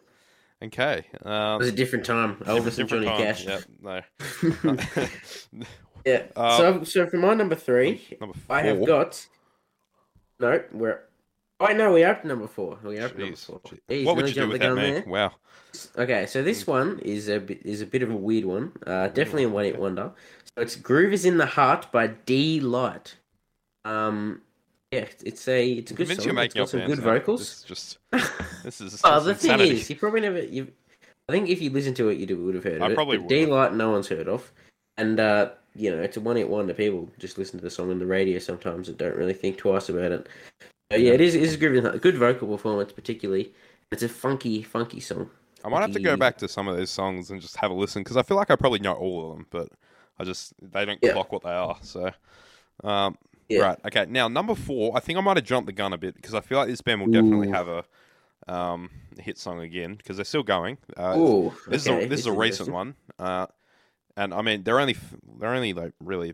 A: okay.
B: It
A: Um,
B: was a different time. Elvis and
A: different
B: Johnny
A: time.
B: Cash. Yeah. (laughs)
A: Yep, no. (laughs)
B: so, so for my number three,
A: Number four.
B: I have got. No, we're Oh, no, we are up to number four. We are up to number
A: Jeez.
B: four.
A: Jeez.
B: Jeez,
A: what would
B: really
A: you do
B: jumped the
A: without
B: gun
A: me?
B: there.
A: Wow.
B: Okay, so this
A: Mm.
B: one is a bit, is a bit of a weird one. Uh, definitely a one hit wonder. So it's "Groove Is in the Heart" by D Light. Um, yeah, it's a it's a good
A: Convince
B: song.
A: you're
B: It's
A: making
B: got
A: up
B: some
A: bands
B: good
A: now.
B: vocals.
A: This is
B: (laughs)
A: just this is
B: Well, Oh, the thing
A: insanity.
B: is, you probably never. You, I think if you listen to it, you would have heard of
A: I
B: it.
A: probably
B: but
A: would.
B: Daylight, no one's heard of, and uh, you know it's a one-hit wonder. People just listen to the song on the radio sometimes and don't really think twice about it. But yeah, it is. It is a good, good vocal performance, particularly. It's a funky, funky song.
A: I might have to go
B: Funky-
A: back to some of these songs and just have a listen because I feel like I probably know all of them, but I just they don't
B: Yeah.
A: clock what they are. So, um,
B: Yeah.
A: right, okay. Now number four, I think I might have jumped the gun a bit because I feel like this band will definitely
B: Ooh.
A: have a um, hit song again because they're still going. Uh,
B: Ooh,
A: This is
B: okay,
A: a, this is a recent
B: interesting.
A: one, uh, and I mean they're only f- they're only like really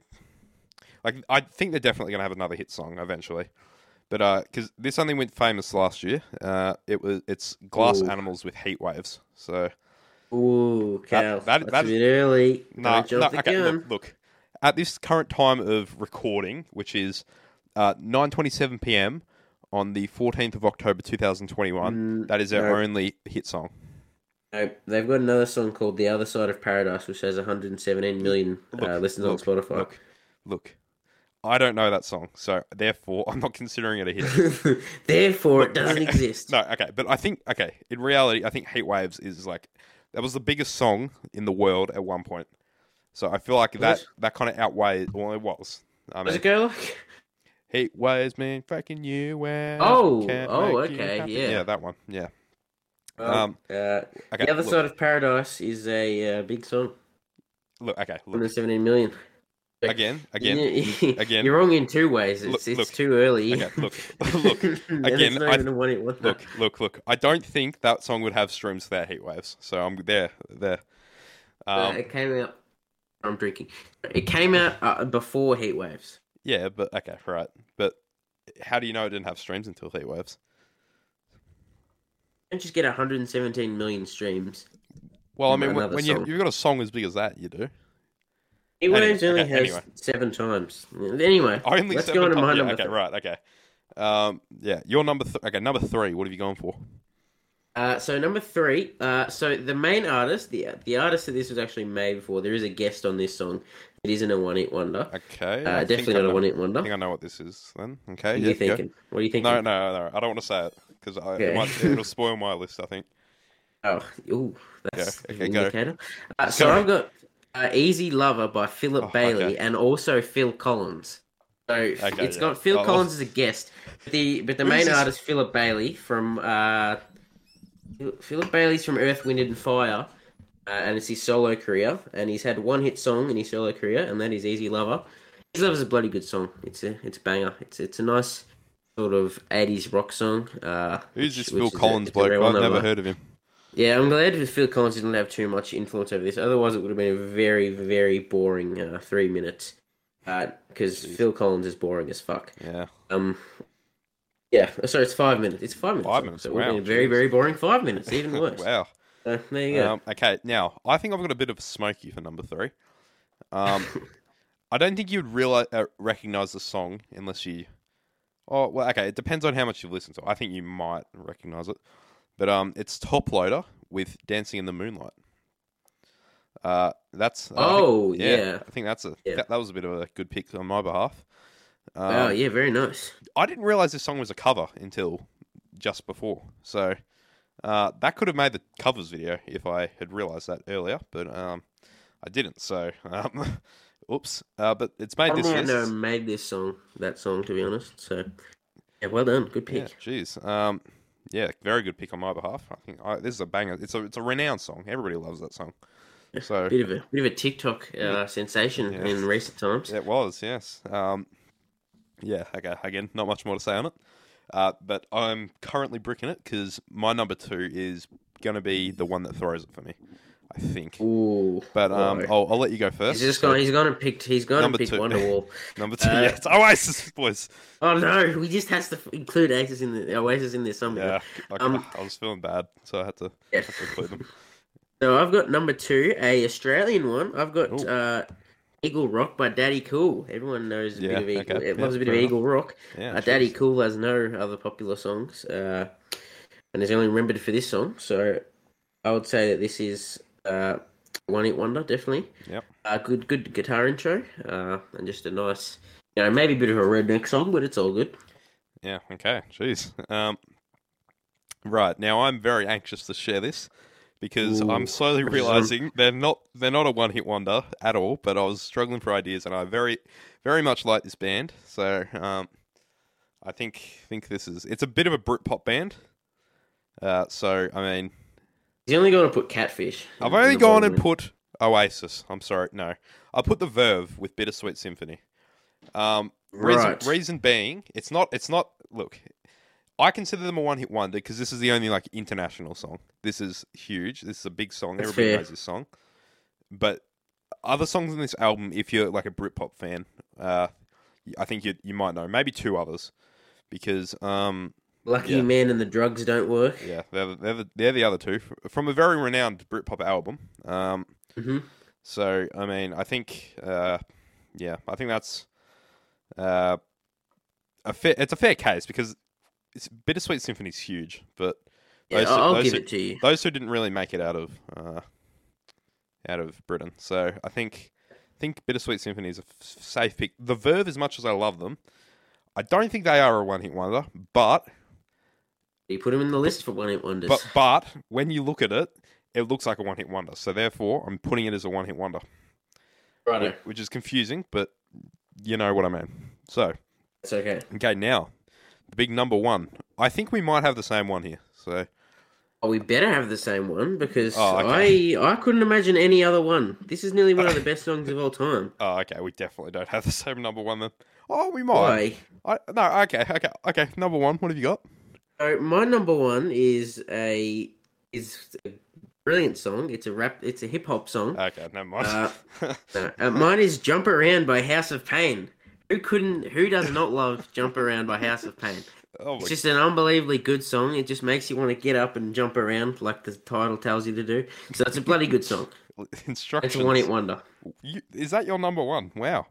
A: like I think they're definitely gonna have another hit song eventually, but because this only went famous last year, uh, it was it's Glass
B: Ooh.
A: Animals with Heat Waves. So
B: Ooh, Cal,
A: that-
B: that's
A: that-
B: a bit early.
A: no,
B: Don't jump
A: no,
B: the
A: okay,
B: gun.
A: look, look, at this current time of recording, which is uh, nine twenty seven p.m. on the fourteenth of October two thousand twenty one,
B: Mm,
A: that is their
B: no.
A: only hit song.
B: No, they've got another song called "The Other Side of Paradise," which has 117 million uh,
A: Look,
B: listeners
A: look,
B: on Spotify.
A: Look, look, I don't know that song, so therefore (laughs) I'm not considering it a hit.
B: Therefore,
A: (laughs)
B: it (laughs) doesn't exist.
A: no, okay, but I think okay. In reality, I think Heat Waves is like that was the biggest song in the world at one point. So I feel like that
B: Was?
A: that kind of outweighs. Well, it was. I
B: Does
A: mean,
B: it go like?
A: Heat Waves mean fucking you. And
B: Oh,
A: can't
B: oh,
A: make you
B: okay,
A: happy.
B: yeah.
A: yeah, that one, yeah. Um,
B: Um, uh,
A: Okay,
B: the other
A: look,
B: side of paradise is a uh, big song,
A: Look, okay, look
B: 117 million. (laughs)
A: again, again.
B: You-
A: again.
B: You're wrong in two ways. It's,
A: Look,
B: it's
A: look.
B: too early.
A: Okay,
B: (laughs)
A: look, (laughs) look,
B: And
A: again,
B: it's not
A: I-
B: even a one, it was
A: look,
B: (laughs)
A: look, look. I don't think that song would have streams without heat waves. So I'm there, there. Um,
B: uh, it came out. I'm drinking. It came out uh, before heat waves.
A: yeah, but okay, right. But how do you know it didn't have streams until heat waves?
B: Don't just get 117 million streams.
A: Well, I
B: Mm,
A: mean, when,
B: another
A: when you
B: song.
A: you've got a song as big as that, you do
B: Heat
A: Anyway,
B: waves only
A: okay,
B: has
A: anyway.
B: seven times. Anyway,
A: only
B: let's
A: seven.
B: go on to
A: top-
B: my
A: yeah,
B: number.
A: okay,
B: three.
A: right. Okay. Um, yeah, your number. Th- okay, number three. What have you gone for?
B: Uh, so number three. Uh, so the main artist, the the artist that this was actually made for, there is a guest on this song. It isn't a one hit wonder.
A: Okay. I
B: Uh,
A: think
B: definitely
A: I
B: not a
A: know-
B: one hit
A: I
B: wonder.
A: think I know what this is. Then. Okay.
B: What are
A: yeah,
B: you
A: go.
B: thinking? What are you thinking?
A: No, no, no. I don't want to say it because
B: Okay.
A: it might,
B: (laughs)
A: it'll spoil my list. I think.
B: Oh, ooh, that's
A: Yeah,
B: an
A: okay, go.
B: indicator. Uh, so
A: Go.
B: I've got uh, "Easy Lover" by Philip
A: Oh,
B: Bailey
A: okay.
B: and also Phil Collins. So it's
A: Okay, yeah.
B: got Phil
A: I'll-
B: Collins as a guest. The but the
A: Who's
B: main
A: this?
B: artist Philip Bailey from uh, Phil- Philip Bailey's from Earth, Wind and Fire, uh, and it's his solo career. And he's had one hit song in his solo career, and that is "Easy Lover." "Easy Lover's a bloody good song. It's a it's a banger. It's it's a nice sort of '80s rock song. Uh,
A: Who's
B: which-
A: this
B: which
A: Phil
B: is a-
A: Collins
B: it's a
A: bloke?
B: rare
A: I've
B: one,
A: never
B: though.
A: heard of him.
B: Yeah, I'm glad that Phil Collins didn't have too much influence over this. Otherwise, it would have been a very, very boring uh, three minutes. Because Phil Collins is boring as fuck.
A: Yeah.
B: Um, yeah, so it's five minutes. It's five minutes.
A: Five
B: long,
A: minutes,
B: So it would have
A: wow,
B: been a very,
A: jeez.
B: very boring
A: (laughs)
B: five minutes. Even worse.
A: wow.
B: So, there you go.
A: Um, okay, now I think I've got a bit of a smoky for number three.
B: (laughs)
A: Um, I don't think you'd realize uh, recognize the song unless you. Oh well, okay. It depends on how much you've listened to. I think you might recognize it, but um, it's Top Loader with "Dancing in the Moonlight." Uh, that's I think-
B: oh yeah.
A: I think that's a
B: Yeah.
A: that, that was a bit of a good pick on my behalf. Um,
B: Wow, Oh, yeah, very nice.
A: I didn't realize this song was a cover until just before. So uh, that could have made the covers video if I had realized that earlier, but um, I didn't. So um, (laughs) oops. Uh, but it's made
B: I
A: this
B: don't even know who
A: list.
B: made this song, that song, to be honest. So, yeah, well done. Good
A: Yeah,
B: pick.
A: jeez. Um, yeah, very good pick on my behalf. I think I, this is a banger. It's a it's a renowned song. Everybody loves that song. So
B: Bit of a bit of a TikTok uh, sensation
A: Yeah.
B: in recent times.
A: It was, yes. Um, yeah, okay. Again, not much more to say on it. Uh, but I'm currently bricking it because my number two is going to be the one that throws it for me, I think.
B: Ooh.
A: But um,
B: boy.
A: I'll, I'll let you go first.
B: He's just
A: So,
B: gone. He's gone and picked. He's gone and
A: Number
B: picked
A: two. (laughs)
B: Wonderwall.
A: Number two,
B: uh,
A: yeah, it's Oasis, boys.
B: Oh no, we just has to f- include Oasis in the Oasis in there
A: Yeah,
B: somewhere.
A: I,
B: um,
A: I was feeling bad, so I had to,
B: Yeah. (laughs)
A: had to include them.
B: So I've got number two, a Australian one. I've got
A: Ooh.
B: uh, Eagle Rock by Daddy Cool. Everyone knows a
A: Yeah,
B: bit of Eagle.
A: okay.
B: It
A: Yeah,
B: loves a bit of
A: fair enough.
B: Eagle Rock.
A: Yeah,
B: Uh,
A: sure.
B: Daddy Cool has no other popular songs, uh, and is only remembered for this song. So I would say that this is uh, one hit wonder, definitely.
A: Yep.
B: A good, good guitar intro, uh, and just a nice, you know, maybe a bit of a redneck song, but it's all good.
A: Yeah. Okay. Jeez. Um, right now, I'm very anxious to share this because
B: Ooh.
A: I'm
B: (laughs)
A: slowly
B: This is a-
A: realizing they're not they're not a one hit wonder at all. But I was struggling for ideas, and I very very much like this band. So um, I think think this is it's a bit of a Britpop band. Uh, so I mean,
B: He's only going to put Catfish.
A: I've
B: in
A: only
B: the
A: gone
B: bottom
A: and
B: of
A: put Oasis. I'm sorry, no. I put the Verve with Bittersweet Symphony. Um, reason,
B: Right.
A: reason being, it's not. It's not. Look, I consider them a one-hit wonder because this is the only like international song. This is huge. This is a big song.
B: That's
A: Everybody
B: fair.
A: knows this song. But other songs on this album, if you're like a Britpop fan, uh, I think you you might know maybe two others because um,
B: Lucky
A: yeah.
B: Man and the Drugs Don't Work.
A: yeah, they're the, they're the, they're the other two f- from a very renowned Britpop album. Um,
B: Mhm.
A: So I mean, I think, uh, yeah, I think that's uh, a fair. It's a fair case because it's Bittersweet Symphony's huge, but
B: Yeah,
A: Those-
B: I'll, I'll
A: those
B: give
A: are-
B: it to you.
A: those two didn't really make it out of uh, out of Britain. So I think think Bittersweet Symphony is a f- safe pick. The Verve, as much as I love them, I don't think they are a one hit wonder, but
B: You put him in the list for one hit wonders.
A: But but when you look at it, it looks like a one hit wonder. So therefore, I'm putting it as a one hit wonder,
B: Righto,
A: which is confusing, but you know what I mean. So
B: it's okay.
A: okay, now the big number one. I think we might have the same one here. So
B: Oh, we better have the same one because
A: Oh, okay.
B: I I couldn't imagine any other one. This is nearly
A: (laughs)
B: one of the best songs of all time.
A: oh, okay, we definitely don't have the (laughs) same number one then. Oh, we might.
B: Why?
A: I, no, okay, okay, okay. Number one. What have you got?
B: So my number one is a is a brilliant song. It's a rap. It's a hip hop song.
A: Okay, never mind.
B: No, uh, mine is "Jump Around" by House of Pain. Who couldn't? Who does not love "Jump Around" by House of Pain?
A: (laughs) oh my (laughs)
B: It's just an unbelievably good song. It just makes you want to get up and jump around like the title tells you to do. So it's a bloody good song. It's a
A: instructions.
B: one hit wonder.
A: You- is that your number one? Wow.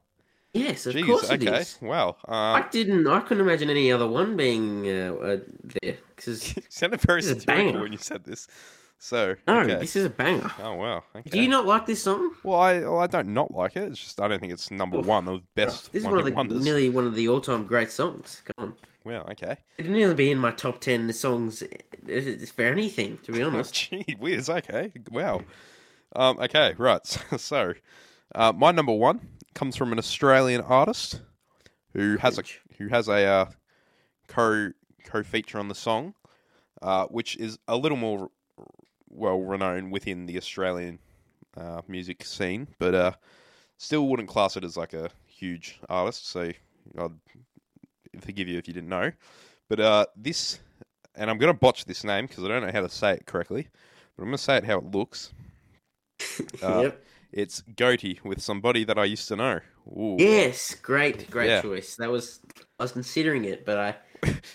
B: Yes, of
A: Jeez.
B: course it is.
A: okay. Wow. Um,
B: I didn't. I couldn't imagine any other one being uh, uh, there because
A: (laughs) you sounded very
B: This is a
A: satirical
B: banger.
A: when you said this. So
B: no,
A: okay.
B: this is a banger.
A: Oh wow! Okay.
B: Do you not like this song?
A: Well, I well, I don't not like it. It's just I don't think it's number
B: Oof.
A: one of best
B: This is
A: one
B: one of
A: hit
B: the
A: wonders.
B: nearly one of the all time great songs. Come on,
A: Wow. Okay.
B: it'd nearly be in my top ten songs uh, for anything. To be honest,
A: (laughs) Gee whiz. Okay. Wow. Um. Okay. Right. (laughs) So, uh, my number one comes from an Australian artist who has a
B: Huge.
A: who has a uh, co co feature on the song, uh, which is a little more well renowned within the Australian uh, music scene, but uh, still wouldn't class it as like a huge artist. So I'd forgive you if you didn't know. But uh, this, and I'm going to botch this name because I don't know how to say it correctly, but I'm going to say it how it looks. Uh,
B: (laughs) yep.
A: It's Goatee with somebody that I used to know. Ooh.
B: Yes, great, great
A: Yeah.
B: choice. That was I was considering it,
A: (laughs)
B: but I.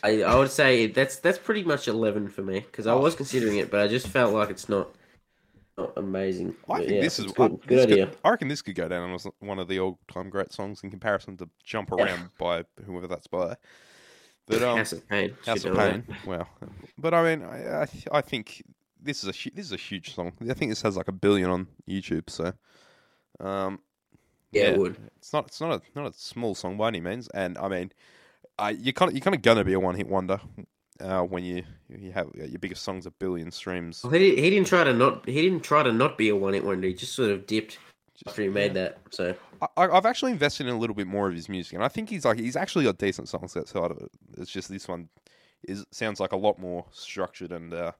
B: I, I would say that's that's pretty much eleven for me because I was considering it, but I just felt like it's not not amazing.
A: I
B: But
A: think
B: yeah,
A: this is
B: it's
A: I-
B: good,
A: this
B: good
A: could-
B: idea.
A: I reckon this could go down as one of the all-time great songs in comparison to "Jump Around" by whoever that's by. But um,
B: House of Pain.
A: House
B: should
A: of
B: know that.
A: Pain. Wow. But I mean, I, I, th- I think this is a hu- this is a huge song. I think this has like a billion on YouTube. So, um,
B: Yeah, it would.
A: It's not it's not a not a small song by any means. And I mean, I you kind of you kind of gonna be a one hit wonder uh, when you you have your biggest songs a billion streams.
B: Well, he, didn't, he didn't try to not he didn't try to not be a one hit wonder. He just sort of dipped after he made that. So
A: I, I- I've actually invested in a little bit more of his music, and I think he's like he's actually got decent songs outside of it. It's just this one is sounds like a lot more structured and uh,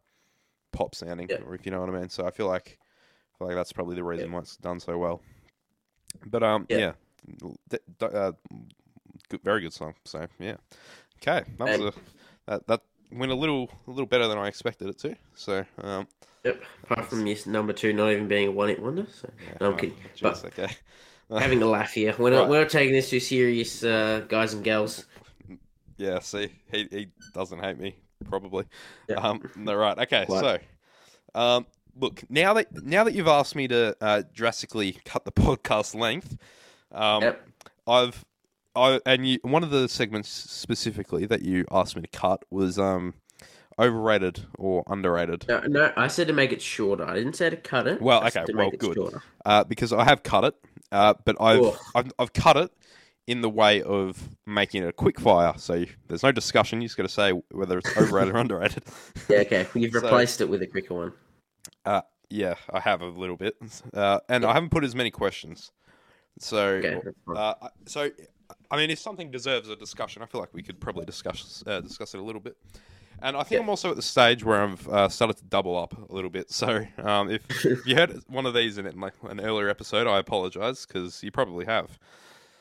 A: pop sounding,
B: Yeah.
A: or if you know what I mean. So I feel like I feel like that's probably the reason why it's done so well. But um,
B: Yeah.
A: yeah, D- d- uh, good, very good song. So yeah, okay, that was a, that that went a little a little better than I expected it to. So um,
B: yep. Apart from this number two not even being a one hit wonder. So no, I'm
A: uh, (laughs)
B: kidding.
A: jeez,
B: But
A: okay.
B: having a laugh here. We're not
A: Right.
B: we're not taking this too serious, uh, guys and gals.
A: Yeah, see, he, he doesn't hate me probably.
B: Yeah.
A: Um, no, right, okay.
B: Right.
A: So, um, look now that now that you've asked me to uh, drastically cut the (laughs) podcast length, Um,
B: Yep.
A: I've, I and you, one of the segments specifically that you asked me to cut was um, overrated or underrated.
B: No, no, I said to make it shorter. I didn't say to cut it.
A: Well,
B: I said
A: okay,
B: to
A: well,
B: make it
A: good.
B: shorter.
A: uh, because I have cut it, uh, but I've,
B: Ugh.
A: I've I've cut it in the way of making it a quick fire. So you, there's no discussion. You just got to say whether it's overrated or (laughs) underrated.
B: Yeah, okay. You've
A: (laughs) So-
B: replaced it with a quicker one.
A: Uh, yeah, I have a little bit, (laughs) uh, and I haven't put as many questions. So,
B: Okay. that's fine.
A: uh, I- so I mean, if something deserves a discussion, I feel like we could probably discuss uh, discuss it a little bit. And I think
B: Yeah.
A: I'm also at the stage where I've uh, started to double up a little bit. So um, if,
B: (laughs)
A: if you heard one of these in it, like an earlier episode, I apologize because you probably have.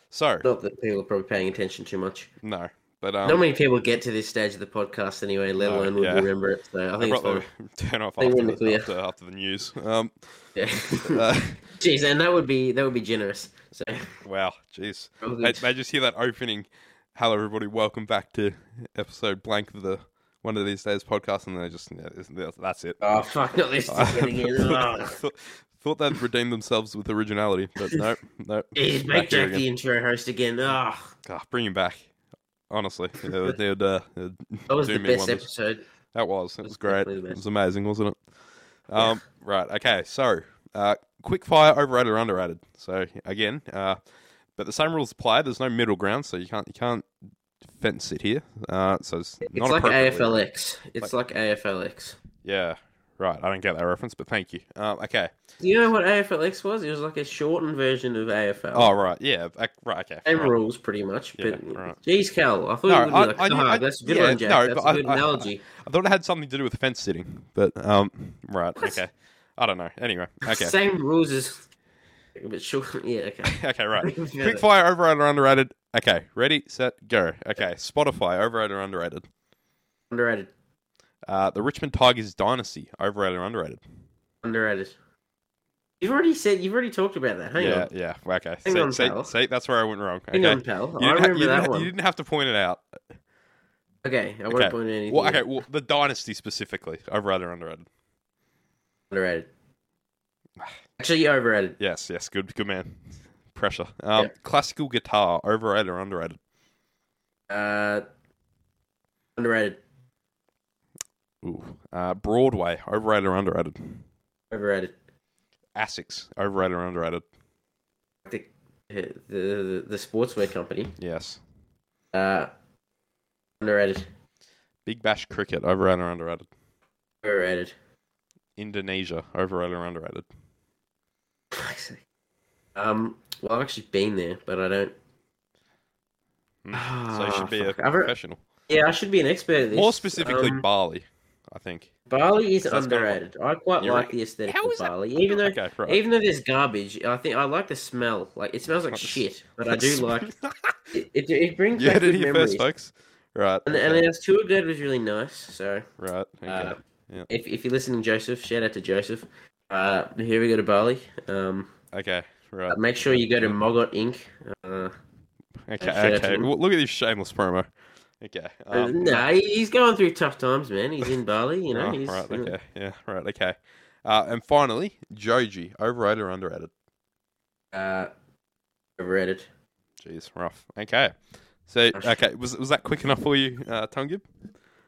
A: So
B: Not that people are probably paying attention too much.
A: no, but um,
B: Not many people get to this stage of the podcast anyway, let
A: No,
B: alone would
A: yeah.
B: remember it. So I
A: I
B: think it's fine.
A: probably turn off
B: They
A: after
B: wouldn't
A: the, (laughs)
B: clear.
A: after, after the
B: (laughs)
A: news. Um,
B: Yeah.
A: (laughs) uh,
B: Jeez, and that would be that would be generous. So
A: wow, jeez.
B: probably-
A: I, I just hear that opening. Hello, everybody. Welcome back to episode blank of the one of these days podcast, and then I just yeah, it's- that's it. (laughs)
B: oh (laughs) fuck, not this again. Oh,
A: thought, thought they'd redeem themselves with originality,
B: (laughs)
A: but no, no.
B: Jeez,
A: Back
B: make
A: here
B: Jack the intro host again. Oh,
A: Ah, bring him back. Honestly, it would- it would, uh, it would
B: that was
A: do
B: the
A: me
B: best
A: wonders.
B: episode.
A: That was. It
B: was
A: was great.
B: definitely the
A: It
B: best.
A: was amazing, wasn't it?
B: Yeah.
A: Um, Right. Okay. So, uh, quick fire, overrated or underrated. So again, uh, but the same rules apply. There's no middle ground, so you can't you can't fence it here. Uh, so it's,
B: It's
A: not
B: like
A: appropriately-
B: AFLX. It's like, AFLX.
A: Yeah. Right. I don't get that reference, but thank you. Um, okay.
B: Do you know what AFLX was? It was like a shortened version of AFL.
A: Oh, right. Yeah. ac- Right. Okay.
B: Same
A: right.
B: rules, pretty much. But
A: Yeah, right.
B: geez, Cal, I thought
A: No,
B: you would
A: I-
B: be like,
A: I knew-
B: "Ah,
A: I-
B: that's a good
A: yeah,
B: one, Jack.
A: no,
B: that's
A: but
B: a
A: I-
B: good
A: I- I-
B: analogy."
A: I thought it had something to do with fence sitting, but um, right,
B: What?
A: okay. I don't know. Anyway, (laughs) okay,
B: (laughs) Same rules as, but short. (laughs) Yeah, okay.
A: (laughs) okay,
B: (laughs)
A: right.
B: Yeah,
A: Quick
B: that-
A: fire, overrated or underrated? Okay, ready, set, go. Okay, Spotify, overrated or underrated?
B: Underrated.
A: Uh, the Richmond Tigers dynasty, overrated or underrated?
B: Underrated. You've already said. You've already talked about that. Hang
A: yeah,
B: on.
A: yeah. Okay,
B: Hang
A: see,
B: on,
A: see,
B: pal.
A: see, that's where I went wrong. Okay,
B: Hang on, pal.
A: You
B: I
A: didn't ha-
B: remember
A: you
B: that
A: didn't ha-
B: one.
A: You didn't have to point it out.
B: Okay, I won't
A: Okay.
B: point anything.
A: Well, okay, well, the dynasty specifically, overrated or underrated?
B: Underrated. Actually, overrated.
A: Yes, yes, good, good man. Pressure. Um,
B: Yeah.
A: Classical guitar, overrated or underrated?
B: Uh, underrated.
A: Ooh. Uh, Broadway, overrated or underrated?
B: Overrated.
A: Asics, overrated or underrated?
B: The the the, the sportswear company.
A: Yes.
B: Uh, underrated.
A: Big Bash cricket, overrated or underrated?
B: Overrated. (laughs)
A: Indonesia, overrated or underrated?
B: Fuck's sake. Um. Well, I've actually been there, but I don't. Ah,
A: Mm. so you should be a
B: fuck. I've re-
A: professional.
B: Yeah, I should be an expert at this.
A: More specifically,
B: Um,
A: Bali, I think.
B: Bali is
A: So that's kinda
B: underrated. I quite
A: You're
B: like
A: right.
B: the aesthetic
A: How
B: of
A: is that
B: Bali, even though
A: okay, right.
B: even though there's garbage. I think I like the smell. Like it smells like
A: Not the s-
B: shit, but I do
A: (laughs)
B: like it. It, it brings
A: you
B: back
A: heard it
B: good
A: here
B: memories.
A: first, folks. Right.
B: and and
A: okay,
B: our tour guide was really nice. So
A: right. Okay.
B: uh,
A: yeah.
B: if if you're listening, Joseph, shout out to Joseph. Uh, here we go to Bali. Um,
A: okay. Right.
B: make sure you go to Mogot Inc. Uh,
A: Okay.
B: shout out to
A: Okay.
B: them.
A: Well, look at this shameless promo. Okay. Um,
B: no, he's going through tough times, man. He's
A: (laughs)
B: in Bali, you know.
A: oh,
B: he's,
A: right. Okay. Yeah. Right. Okay. Uh, and finally, Joji, overrated or underrated?
B: Uh, overrated.
A: Jeez, rough. Okay. So
B: Gosh.
A: okay, was was that quick enough for you, uh, Tongib?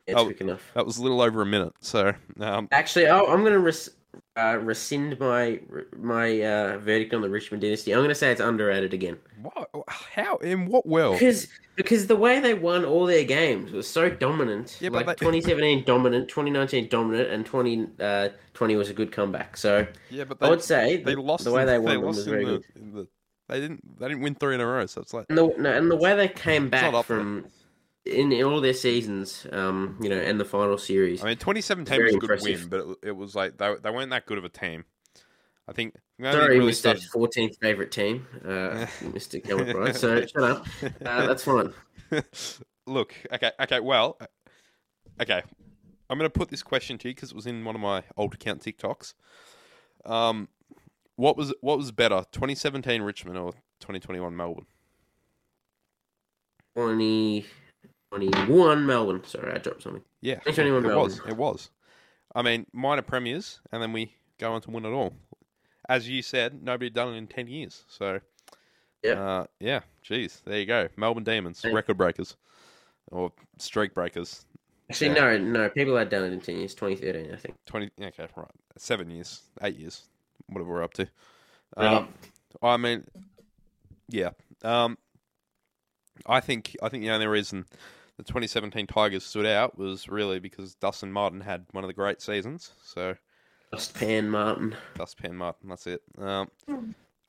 B: It's
A: Oh.
B: quick enough.
A: That was a little over a minute. So um,
B: Actually, i I'm going to res- uh, rescind my my uh, verdict on the Richmond dynasty. I'm going to say it's underrated again
A: what? How? In what world?
B: because because the way they won all their games was so dominant.
A: Yeah, but
B: like
A: they-
B: 2017 dominant, 2019 dominant, and 2020 uh, 20 was a good comeback. So
A: Yeah, but
B: I
A: they,
B: would say
A: they
B: the,
A: lost.
B: the way
A: in-
B: they won them
A: lost
B: was
A: in
B: very
A: the,
B: good.
A: in the- they didn't. They didn't win three in a row. So it's like
B: And the, no, and the way they came
A: not
B: back
A: up there.
B: from in, in all their seasons, um, you know, and the final series.
A: I mean, 2017
B: Very
A: was a good win,
B: impressive.
A: but it, it was like they, they weren't that good of a team. I think. I think
B: Sorry,
A: it really
B: Mr.
A: started-
B: 14th favourite team, uh, Mr.
A: (laughs)
B: Cameron Bryant. So, shut up. (laughs) Uh, that's fine.
A: Look, okay, okay, well, okay. I'm going to put this question to you because it was in one of my old account TikToks. Um, what was what was better, 2017 Richmond or 2021 Melbourne?
B: 2021 Melbourne. Sorry, I dropped something.
A: Yeah,
B: 2021
A: it was.
B: Melbourne.
A: It was. I mean, minor premiers, and then we go on to win it all. As you said, nobody had done it in 10 years. So,
B: Yeah.
A: Uh, yeah. Jeez. There you go. Melbourne Demons,
B: Hey.
A: record breakers, or streak breakers.
B: Actually,
A: Yeah.
B: no, no. People had done it in ten years, twenty thirteen, I think.
A: Twenty. Okay. Right. Seven years. Eight years. Whatever we're up to.
B: Right.
A: Um, I mean, yeah. Um, I think I think the only reason the 2017 Tigers stood out was really because Dustin Martin had one of the great seasons. So
B: Just Pan Martin.
A: Dustpan Martin, that's it. Um,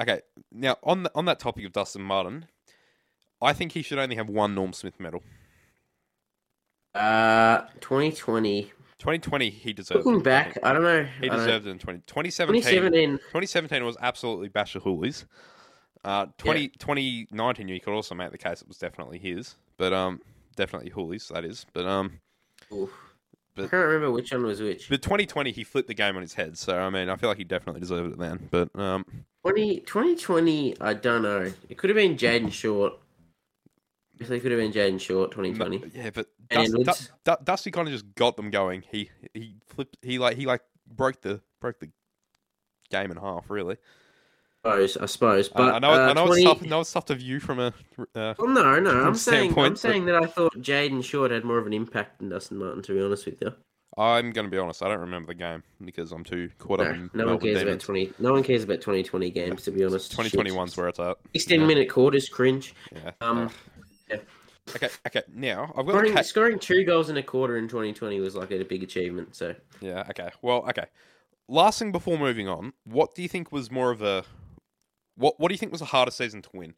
A: okay, now on the, on that topic of Dustin Martin, I think he should only have one Norm Smith medal.
B: Uh, twenty twenty.
A: 2020, he deserved.
B: Looking
A: it,
B: back, I don't know.
A: he
B: I don't-
A: deserved it in 20, 2017.
B: 2017.
A: 2017 was absolutely Basher Hooley's. Uh, 20, 2019, you could also make the case it was definitely his, but um, definitely Hooley's that is. But um,
B: Oof.
A: But-
B: I can't remember which one was which.
A: but 2020 he flipped the game on his head. So I mean, I feel like he definitely deserved it then. But um,
B: 20, 2020, I don't know. It could have been Jaden Short. Definitely could have been Jaden Short, twenty
A: No,
B: twenty.
A: yeah, but
B: And
A: Dust,
B: Edwards.
A: Du- Du- Dusty kind of just got them going. He he flipped. He like he like broke the broke the game in half. Really,
B: I suppose. I suppose.
A: I-
B: But
A: I know. it-
B: uh,
A: I know
B: 20
A: it's tough. I know it's tough to view from a. Uh,
B: Well, no, no. I'm saying
A: standpoint,
B: I'm
A: but-
B: saying that I thought Jaden Short had more of an impact than Dustin Martin. To be honest with you,
A: I'm gonna be honest. I don't remember the game because I'm too caught up
B: no,
A: in
B: no one
A: Melbourne
B: cares about
A: um, Demons.
B: twenty. No one cares about 2020 games. To be honest,
A: 2021's where it's at.
B: Sixteen
A: yeah.
B: minute quarters cringe.
A: Yeah.
B: Um, yeah.
A: yeah. Okay. Okay. Now I've got. the
B: Scoring,
A: ca-
B: scoring two goals in a quarter in 2020 was like a big achievement. So
A: Yeah. Okay. Well. Okay. Last thing before moving on, what do you think was more of a what? What do you think was the hardest season to win?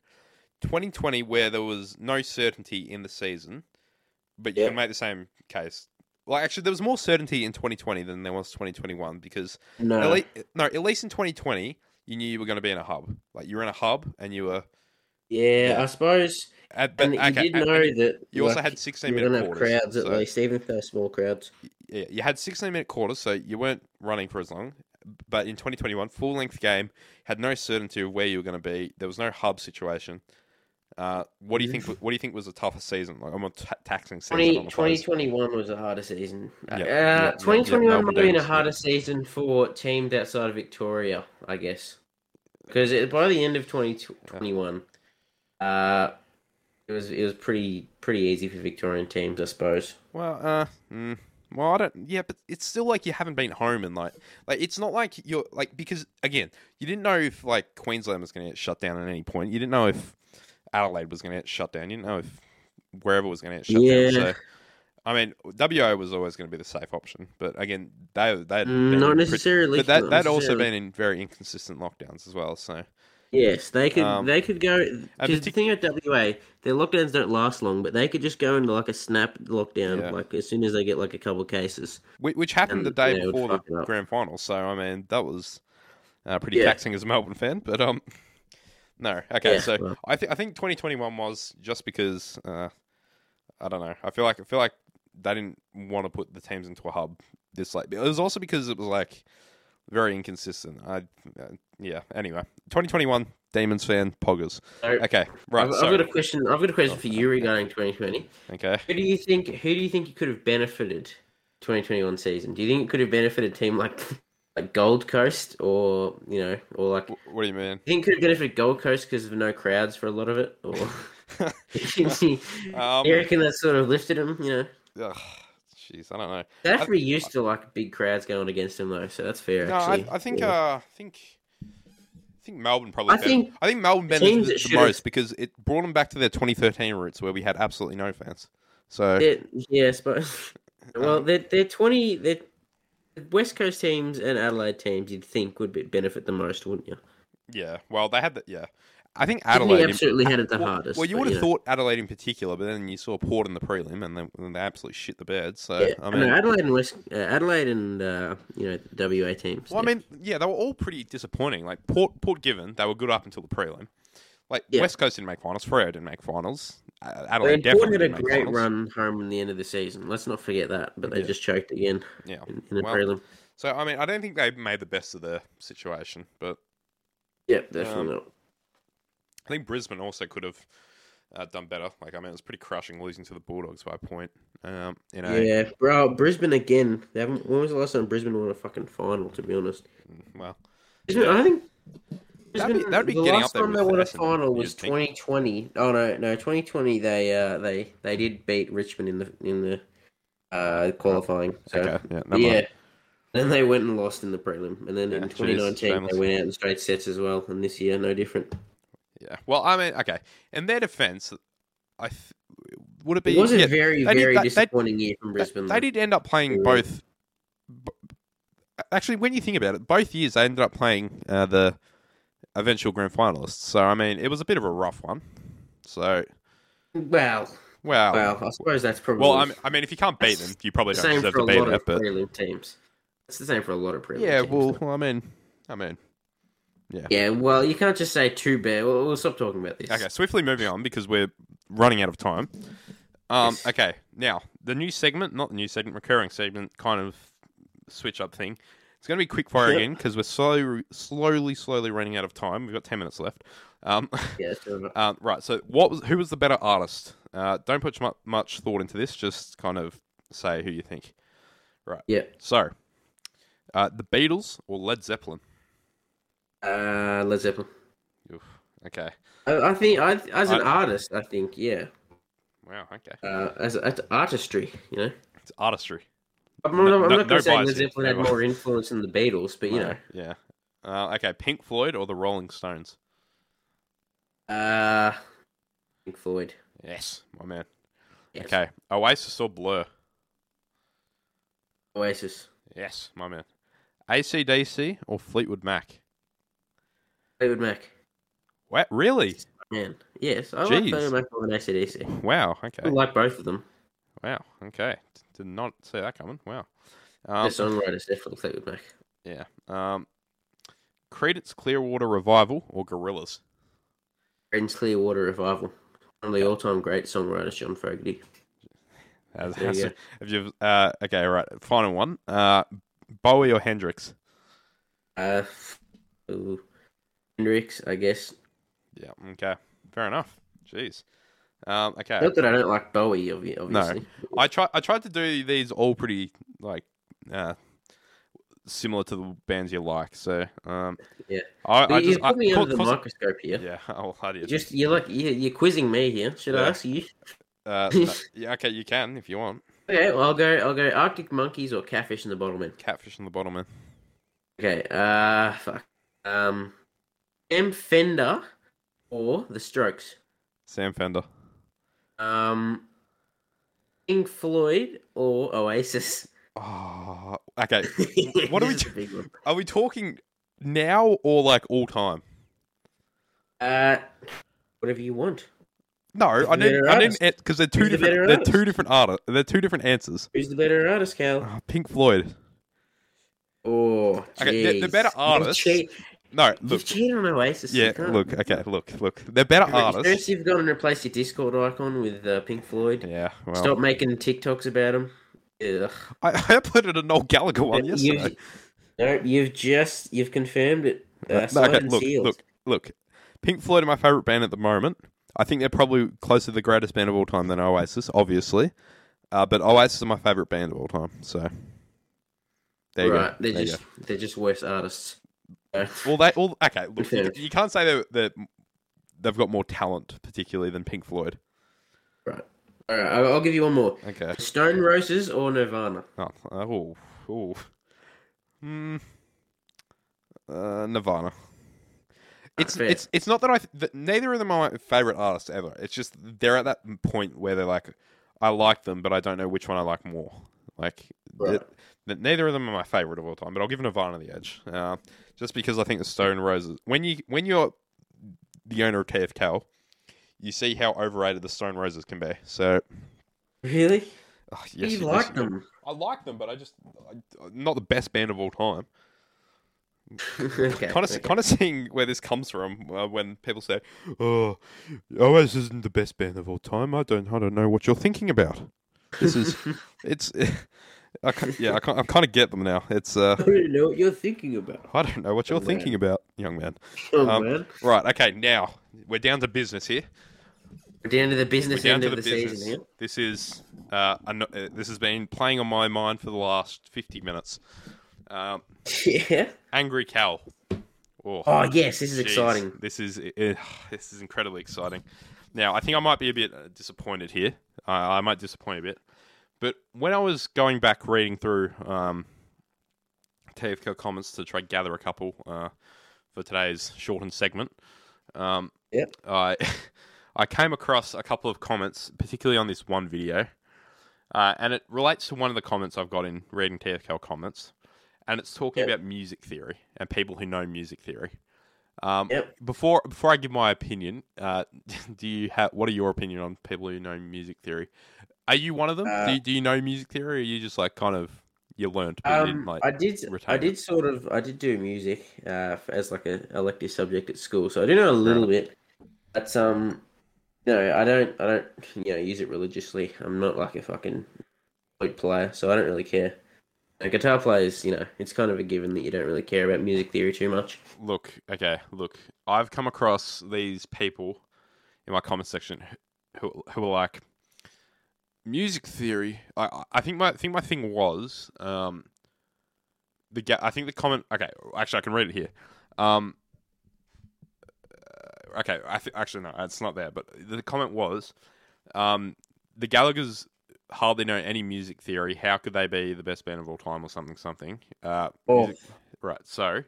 A: 2020, where there was no certainty in the season, but you
B: Yeah.
A: can make the same case. Well, actually, there was more certainty in 2020 than there was 2021 because
B: no,
A: at least, no, at least in 2020 you knew you were going to be in a hub. Like you were in a hub, and you were.
B: yeah,
A: yeah.
B: I suppose.
A: At, but,
B: And
A: okay,
B: you did
A: and-
B: know
A: and
B: that
A: you also
B: like,
A: had 16
B: you were
A: minute
B: gonna have
A: quarters,
B: crowds at
A: so-
B: least, even if they're small crowds.
A: yeah, you had 16 minute quarters, so you weren't running for as long. But in 2021, full length game, had no certainty of where you were going to be. There was no hub situation. Uh, what do you think? What do you think was the toughest season? Like, I'm a t- taxing season.
B: 20,
A: on the players.
B: 2021 was the hardest season.
A: Yeah,
B: Uh,
A: yeah, yeah, yeah,
B: 2021
A: Melbourne
B: might have been a
A: Demons, yeah.
B: harder season for teams outside of Victoria, I guess. Because by the end of 2021, uh, it was it was pretty pretty easy for Victorian teams, I suppose.
A: Well, uh, mm, well, I don't. Yeah, but it's still like you haven't been home and like, like it's not like you're like because again, you didn't know if like Queensland was going to get shut down at any point. You didn't know if Adelaide was going to get shut down. You didn't know if wherever was going to get shut
B: Yeah.
A: down. So, I mean, WO was always going to be the safe option, but again, they they
B: Mm, Not necessarily.
A: But that
B: not
A: that also
B: necessarily.
A: been in very inconsistent lockdowns as well. So
B: Yes, they could.
A: Um,
B: they could go. Because the
A: partic-
B: thing about WA, their lockdowns don't last long, but they could just go into like a snap lockdown,
A: Yeah.
B: like as soon as they get like a couple cases.
A: Whi- which happened
B: And,
A: the day
B: yeah, it would
A: before
B: fuck it
A: the
B: up.
A: grand final. So I mean, that was uh, pretty
B: Yeah.
A: taxing as a Melbourne fan. But um, (laughs) no, okay.
B: Yeah,
A: so
B: well.
A: I think I think 2021 was just because uh, I don't know. I feel like I feel like they didn't want to put the teams into a hub this late. It was also because it was like very inconsistent. I uh, yeah. Anyway, 2021 Demons fan poggers.
B: So,
A: Okay, right.
B: I've, I've
A: sorry.
B: got a question. I've got a question for you regarding 2020.
A: Okay.
B: Who do you think? Who do you think you could have benefited 2021 season? Do you think it could have benefited a team like (laughs) like Gold Coast or you know or like? Do
A: Wh- What do you mean? (laughs)
B: you think it could have benefited Gold Coast because of no crowds for a lot of it, or (laughs) do
A: Um,
B: you reckon that sort of lifted them? You know,
A: ugh, Jeez, I don't know.
B: they have to be used to like big crowds going against them though, so that's fair.
A: No, I,
B: actually.
A: I think
B: Yeah.
A: uh, I think I think Melbourne probably.
B: I
A: benef-
B: think
A: I think Melbourne
B: the
A: benefited
B: teams that
A: the,
B: should've-
A: most because it brought them back to their 2013 roots where we had absolutely no fans. So
B: They're, yeah,
A: (laughs)
B: I suppose. Well,
A: Um,
B: they're, they're 20. They're, the West Coast teams and Adelaide teams you'd think would be, benefit the most, wouldn't you?
A: yeah, well they had the yeah. I think
B: Adelaide
A: Adelaide. in-
B: absolutely had it the
A: well,
B: hardest.
A: Well, you
B: but,
A: would have
B: know.
A: thought Adelaide in particular, but then you saw Port in the prelim and they, and they absolutely shit the bed. So
B: Yeah,
A: I
B: I know,
A: mean,
B: Adelaide and West, uh, Adelaide and uh, you know the WA teams.
A: well, I
B: yeah.
A: mean, yeah, they were all pretty disappointing. Like Port, Port Given, they were good up until the prelim. Like
B: Yeah.
A: West Coast didn't make finals, Freo didn't make finals. Uh,
B: I mean,
A: Adelaide
B: Port
A: definitely
B: had a
A: didn't make
B: great
A: finals.
B: run home in the end of the season. Let's not forget that, but they
A: Yeah.
B: just choked again
A: Yeah.
B: in, in the
A: Well,
B: prelim.
A: So I mean, I don't think they made the best of the situation, but
B: Yep, definitely
A: um,
B: not.
A: I think Brisbane also could have uh, done better. Like I mean, it was pretty crushing losing to the Bulldogs by a point. Um, you know,
B: Yeah, bro, Brisbane again. They haven't. When was the last time Brisbane won a fucking final? To be honest,
A: well,
B: Brisbane, I think Brisbane-
A: That'd be- that'd be
B: the
A: getting
B: last
A: up there
B: time
A: with
B: they won a
A: Essendon,
B: final was
A: you'd think.
B: 2020. Oh no, no, 2020. They uh, they they did beat Richmond in the in the uh, qualifying. So
A: Okay, yeah, no
B: yeah.
A: mind.
B: Then they went and lost in the prelim, and then
A: Yeah,
B: in
A: geez,
B: 2019
A: shameless.
B: they went out in straight sets as well. And this year, no different.
A: Yeah. Well, I mean, okay. In their defense, I th- would it be
B: It was a
A: yeah,
B: very
A: they did-
B: very
A: they- they-
B: disappointing year from
A: they-
B: Brisbane.
A: They,
B: though.
A: did end up playing
B: Yeah.
A: both. b- Actually, when you think about it, both years they ended up playing uh, the eventual grand finalists. So I mean, it was a bit of a rough one. So
B: Well,
A: wow.
B: well, I suppose that's probably
A: Oh. Well, I'm, I mean, if you can't beat them, you probably
B: the
A: don't
B: same
A: deserve
B: for a
A: to be
B: lot
A: there.
B: of
A: But
B: prelim teams. It's the same for a lot of prelim.
A: yeah,
B: teams,
A: well,
B: though.
A: well, I mean, I mean,
B: yeah. Well, you can't just say too bad. Well, we'll stop talking about this.
A: Okay, swiftly moving on because we're running out of time. Um,
B: Yes.
A: okay, now the new segment, not the new segment, recurring segment, kind of switch up thing. It's going to be quick fire
B: Yep.
A: again because we're slow, slowly, slowly running out of time. We've got ten minutes left. Um, (laughs)
B: Yeah, so,
A: uh, right. So, what was who was the better artist? Uh, don't put mu- much thought into this. Just kind of say who you think.
B: yeah.
A: So, uh, the Beatles or Led Zeppelin?
B: Uh, Led Zeppelin.
A: Oof, okay.
B: I, I think I, as an
A: I-
B: artist, I think yeah.
A: Wow. Okay.
B: Uh, as, as artistry, you know.
A: It's artistry.
B: I'm,
A: No-
B: I'm
A: no-
B: not going to
A: no
B: say
A: bias
B: Led
A: here,
B: Zeppelin
A: no
B: had
A: bias.
B: more influence than the Beatles, but you know.
A: Yeah. Uh, okay. Pink Floyd or the Rolling Stones?
B: Uh, Pink Floyd.
A: Yes, my man.
B: Yes.
A: Okay, Oasis or Blur?
B: Oasis.
A: Yes, my man. ACDC or Fleetwood Mac?
B: David Mac.
A: What? Really?
B: Man. Yes, I
A: Jeez.
B: like David Mac more than ACDC.
A: Wow.
B: I
A: Okay.
B: like both of them.
A: Wow. Okay. D- Did not see that coming. Wow.
B: The
A: Um,
B: songwriters definitely David Mac.
A: yeah. Um, Credence Clearwater Revival or Gorillas?
B: Friends Clearwater Revival. One of the all-time great songwriters, John Fogerty.
A: Has-
B: There you
A: has-
B: go.
A: Have you? Uh, okay. Right. Final one. Uh, Bowie or Hendrix?
B: Uh, ooh. Hendrix, I guess.
A: Yeah. Okay. Fair enough. Jeez. Um, okay.
B: Not that I don't like Bowie, obvi- obviously.
A: I try. I tried to do these all pretty like uh, similar to the bands you like. So um,
B: Yeah.
A: I, I
B: But you
A: just I,
B: put me
A: cau-
B: under the
A: cause-
B: microscope here.
A: yeah. (laughs) I'll hard you.
B: Just you're like you're, you're quizzing me here. Should I
A: Yeah.
B: ask you? (laughs)
A: Uh, no- yeah. Okay, you can if you want.
B: Okay, well, I'll go. I'll go. Arctic monkeys or catfish in the bottle, man.
A: Catfish on the bottom, man.
B: Okay. Uh, fuck. Um, M Fender or the Strokes.
A: Sam Fender.
B: Um, Pink Floyd or Oasis.
A: Oh, okay. What are we
B: (laughs) This is a
A: do-
B: big one.
A: Are we talking now or like all time?
B: Uh, whatever you want.
A: No, I
B: the
A: didn't.
B: better
A: I
B: artist?
A: didn't because they're two
B: Who's the
A: different.
B: better
A: they're
B: artist?
A: two different art. They're two different answers.
B: Who's the better artist, Cal?
A: Oh, Pink Floyd.
B: Oh,
A: Okay, the- the
B: jeez.
A: better
B: You've
A: artist-
B: cheat-
A: No,
B: You've
A: look.
B: cheated on Oasis. you
A: Yeah,
B: can't-
A: look. Okay, look, look. They're better artists.
B: First, you've gone and replaced your Discord icon with uh, Pink Floyd.
A: Yeah. Well,
B: Stop making TikToks about him. Ugh.
A: I, I uploaded a Noel Gallagher one yesterday.
B: You've, no, you've just you've confirmed it. Uh,
A: No,
B: signed
A: okay,
B: and
A: look,
B: sealed.
A: look, look. Pink Floyd are my favorite band at the moment. I think they're probably closer to the greatest band of all time than Oasis, obviously. Uh, but Oasis are my favorite band of all time. So there you
B: right,
A: go.
B: they're
A: There you
B: just they're just worse artists. Uh, (laughs)
A: go. Well, they all okay. Look, you,
B: Fair.
A: you can't say that that they've got more talent, particularly than Pink Floyd.
B: right. All right, I'll, I'll give you one more.
A: Okay.
B: Stone Roses or Nirvana?
A: Oh, oh, oh. Hmm. Uh, Nirvana. It's
B: fair.
A: it's it's not that I th- that neither of them are my favorite artists ever. It's just they're at that point where they're like, I like them, but I don't know which one I like more. Like
B: Right.
A: that- that neither of them are my favorite of all time. But I'll give Nirvana the edge, uh, just because I think the Stone Roses. When you when you're the owner of TFL, you see how overrated the Stone Roses can be. So
B: Really?
A: oh, yes,
B: you
A: yes,
B: like
A: you-
B: them? (laughs)
A: I like them, but I just I, uh, not the best band of all time.
B: okay.
A: Kind of, kind of seeing where this comes from uh, when people say, "Oh, Oasis isn't the best band of all time." I don't, I don't know what you're thinking about. This
B: (laughs)
A: is, it's, (laughs) I can't, yeah, I, can't, I kind of get them now. It's, uh,
B: I don't know what you're thinking about.
A: I don't know what you're
B: Young man.
A: thinking about, young man.
B: Oh,
A: Um,
B: man.
A: Right, okay, now we're down to business here.
B: We're down to the
A: We're
B: business
A: down
B: end
A: to
B: of
A: the
B: the,
A: business.
B: season here.
A: This is, uh, I know- uh, this has been playing on my mind for the last fifty minutes. Um,
B: (laughs) Yeah.
A: Angry Cal Oh,
B: Oh yes, this is
A: jeez.
B: exciting.
A: This is eh, (sighs) this is incredibly exciting. Now, I think I might be a bit uh, disappointed here. Uh, I might disappoint a bit, but when I was going back reading through um, TFK comments to try to gather a couple uh, for today's shortened segment, um,
B: Yep.
A: I (laughs) I came across a couple of comments, particularly on this one video, uh, and it relates to one of the comments I've got in reading TFK comments, and it's talking
B: Yep.
A: about music theory and people who know music theory. Um,
B: Yep.
A: Before before I give my opinion, uh, (laughs) do you have what are your opinion on people who know music theory? Are you one of them?
B: Uh,
A: do, you, do you know music theory? Or are you just like kind of you learned? But you didn't,
B: Um,
A: like,
B: I did.
A: retain
B: I
A: it?
B: did sort of. I did do music uh, f- as like a elective subject at school, so I do know a little bit. But um, no, I don't. I don't. You know, use it religiously. I'm not like a fucking flute player, so I don't really care. A guitar players, you know, it's kind of a given that you don't really care about music theory too much.
A: look, okay, look, I've come across these people in my comment section who who are like music theory. I- I I think my I think my thing was um the ga- I think the comment. Okay, actually, I can read it here. Um, uh, okay, I th- actually no, it's not there. But the comment was, um, the Gallagher's hardly know any music theory. How could they be the best band of all time or something? Something. Uh,
B: Oh.
A: music- right. So,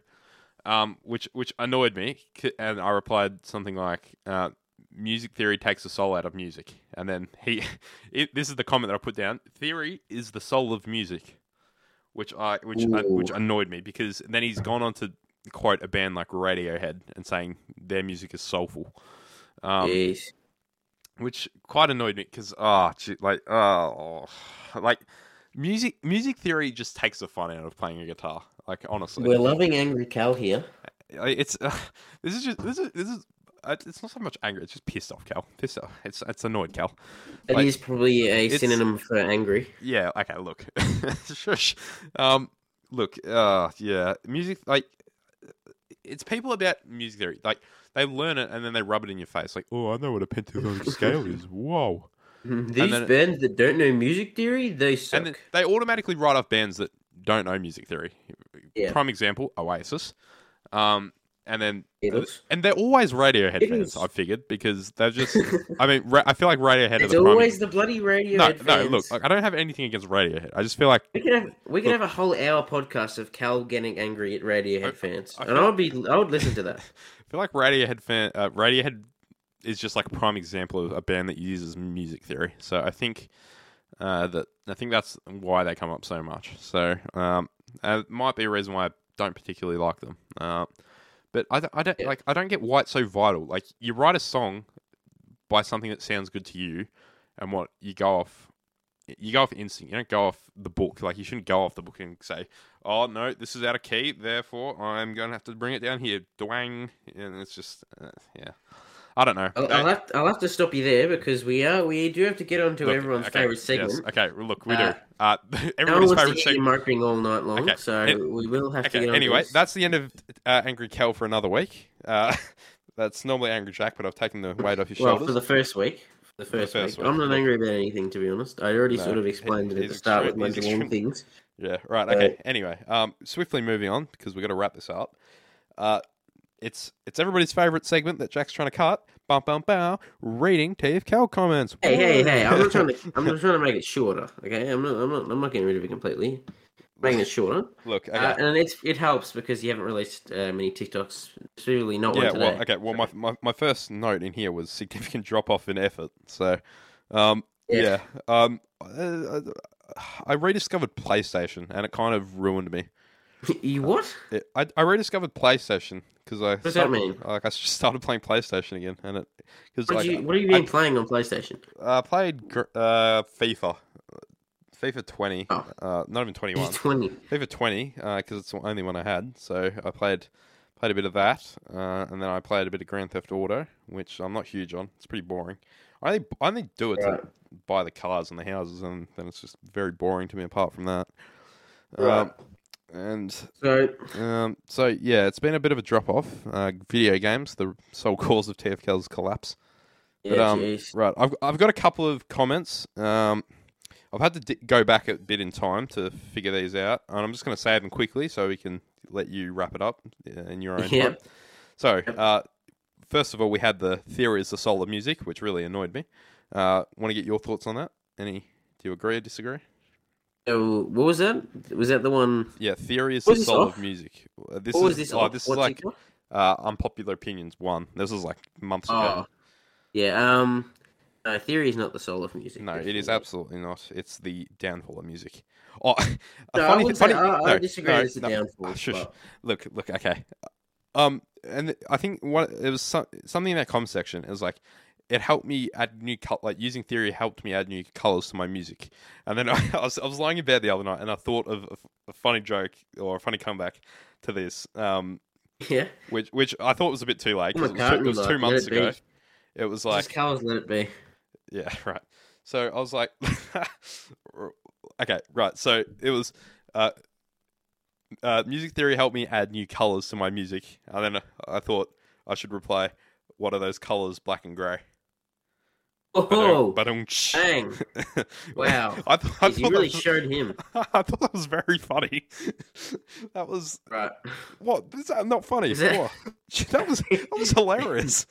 A: um, which which annoyed me, c- and I replied something like, uh, "Music theory takes the soul out of music." And then he, (laughs) it, this is the comment that I put down: "Theory is the soul of music," which I which I, which
B: Ooh.
A: annoyed me because then he's gone on to quote a band like Radiohead and saying their music is soulful. Um,
B: Jeez.
A: which quite annoyed me because ah, gee, like oh, like music music theory just takes the fun out of playing a guitar. Like honestly,
B: We're loving Angry Cal here.
A: I- it's (laughs) this is just this is this is uh, it's not so much anger. It's just pissed off, Cal. Pissed off. It's it's annoyed, Cal.
B: That is
A: Like,
B: probably a
A: it's-
B: synonym for angry.
A: Yeah. Okay. Look. (laughs) Shush. Um. Look. Uh. Yeah. Music. Like. It's people about music theory. Like they learn it and then they rub it in your face. Like, oh, I know what a pentatonic scale is. Whoa.
B: These
A: then-
B: bands that don't know music theory, they suck.
A: And then they automatically write off bands that don't know music theory.
B: Yeah.
A: Prime example, Oasis. Um. And then
B: Beatles.
A: And they're always Radiohead
B: It
A: fans,
B: is.
A: I figured, because they're just. I mean, Ra- I feel like Radiohead
B: It's
A: are the
B: always
A: prime.
B: the bloody radio.
A: no, no. Look, like, I don't have anything against Radiohead. I just feel like
B: We could have we could have a whole hour podcast of Cal getting angry at Radiohead
A: I-
B: fans,
A: I
B: and I would be I would
A: (laughs)
B: listen to that.
A: I feel like Radiohead fan. Uh, Radiohead is just like a prime example of a band that uses music theory. So I think uh, that I think that's why they come up so much. So um, uh, it might be a reason why I don't particularly like them. Uh, but I, don't- I don't
B: Yeah.
A: like. I don't get why it's so vital. Like you write a song by something that sounds good to you, and what you go off. You go off instinct. You don't go off the book. Like you shouldn't go off the book and say, "Oh no, this is out of key. Therefore, I'm going to have to bring it down here." Dwang, and it's just, uh, yeah. I don't know.
B: I'll,
A: Uh,
B: I'll, have, I'll have to stop you there because we are we do have to get on to
A: Look,
B: everyone's
A: okay,
B: favorite
A: yes,
B: segment.
A: okay, well, look, we
B: Uh,
A: do. Uh, (laughs)
B: No one
A: everybody's
B: wants to
A: favorite
B: hear you
A: segment.
B: moping all night long,
A: Okay,
B: so
A: and-
B: we will have to
A: Okay,
B: get on.
A: anyway,
B: to this.
A: that's the end of uh, Angry Cal for another week. Uh, (laughs) that's normally Angry Jack, but I've taken the weight off his
B: well
A: shoulders.
B: for the first week. The first,
A: first
B: week.
A: week,
B: I'm not
A: look.
B: angry about anything, to be honest. I already
A: No,
B: sort of
A: he-
B: explained it at
A: he's
B: the start
A: extreme-
B: with
A: he's
B: my long
A: extreme-
B: things.
A: Yeah, right.
B: So-
A: Okay. anyway, um, swiftly moving on because we've got to wrap this up. Uh, it's it's everybody's favorite segment that Jack's trying to cut. Bum bum bow. Reading TFL comments.
B: Hey, hey,
A: (laughs)
B: hey! I'm not trying to. I'm not trying to make it shorter. Okay, I'm not. I'm not. I'm not getting rid of it completely. Making it shorter.
A: Look. Okay.
B: Uh, and it's, it helps because you haven't released uh, many TikToks. Surely not
A: yeah.
B: one today.
A: Well. Okay. Well, my, my my first note in here was significant (laughs) drop off in effort. So, um, yeah.
B: Yeah.
A: Um, uh, I rediscovered PlayStation and it kind of ruined me.
B: you what?
A: It, I I rediscovered PlayStation because I.
B: does
A: started-
B: that mean?
A: Like I just (laughs) started playing PlayStation again, and it because
B: What,
A: like
B: do you, what have you
A: I-
B: been playing on PlayStation?
A: I played gr- uh, FIFA, FIFA 20.
B: Oh.
A: Uh, not even 21.
B: (laughs) Twenty.
A: FIFA 20 because uh, it's the only one I had. So I played played a bit of that, uh, and then I played a bit of Grand Theft Auto, which I'm not huge on. It's pretty boring. I only I only do it to buy the cars and the houses, and then it's just very boring to me. Apart from that, um,
B: Right.
A: and
B: So
A: um, so yeah, it's been a bit of a drop off. Uh, video games, the sole cause of TFK's collapse.
B: yeah,
A: But, um,
B: jeez.
A: Right, I've I've got a couple of comments. Um, I've had to di- go back a bit in time to figure these out, and I'm just going to save them quickly so we can let you wrap it up uh, in your own
B: (laughs) Yep.
A: time. So, uh, first of all, we had the theories of solar music, which really annoyed me. Uh, Want to get your thoughts on that? Any? Do you agree or disagree?
B: So, what was that? Was that the one?
A: Yeah, theories
B: What
A: of
B: is this
A: soul
B: off?
A: of music. Uh, This
B: What
A: is
B: was this?
A: oh,
B: off?
A: this is
B: What's it
A: like
B: called?
A: uh, unpopular opinions one. This was like months ago.
B: Oh, yeah. Um, no, theory is not the soul of music.
A: No, it is
B: definitely.
A: absolutely not. It's the downfall of music. Oh, (laughs) a
B: No, I
A: funny,
B: would
A: funny,
B: say I, I
A: no,
B: disagree.
A: no,
B: it's a
A: no.
B: downfall.
A: Ah, shush.
B: but-
A: Look, look, okay. Um, and th- I think what it was some, something in that comment section. It was like it helped me add new col- like using theory helped me add new colors to my music. And then (laughs) I, was I was lying in bed the other night and I thought of a, f- a funny joke or a funny comeback to this. Um,
B: yeah.
A: which which I thought was a bit too late. 'cause it was, two,
B: McCartney,
A: it was
B: like,
A: two
B: let
A: months
B: it be.
A: ago. It was like
B: Just colours, let it be.
A: yeah, (laughs) right. So I was like, (laughs) okay, right. So it was, uh, uh, music theory helped me add new colors to my music, and then uh, I thought I should reply, "What are those colors? Black and grey."
B: Oh,
A: (laughs) Ba-dung,
B: bang. Wow.
A: (laughs) I, th- I,
B: Jeez, you
A: thought
B: really
A: that was,
B: showed him.
A: (laughs) I thought that was very funny. (laughs) that was
B: Right.
A: what? Is that not funny?
B: Is that-
A: What? (laughs) That was that was hilarious.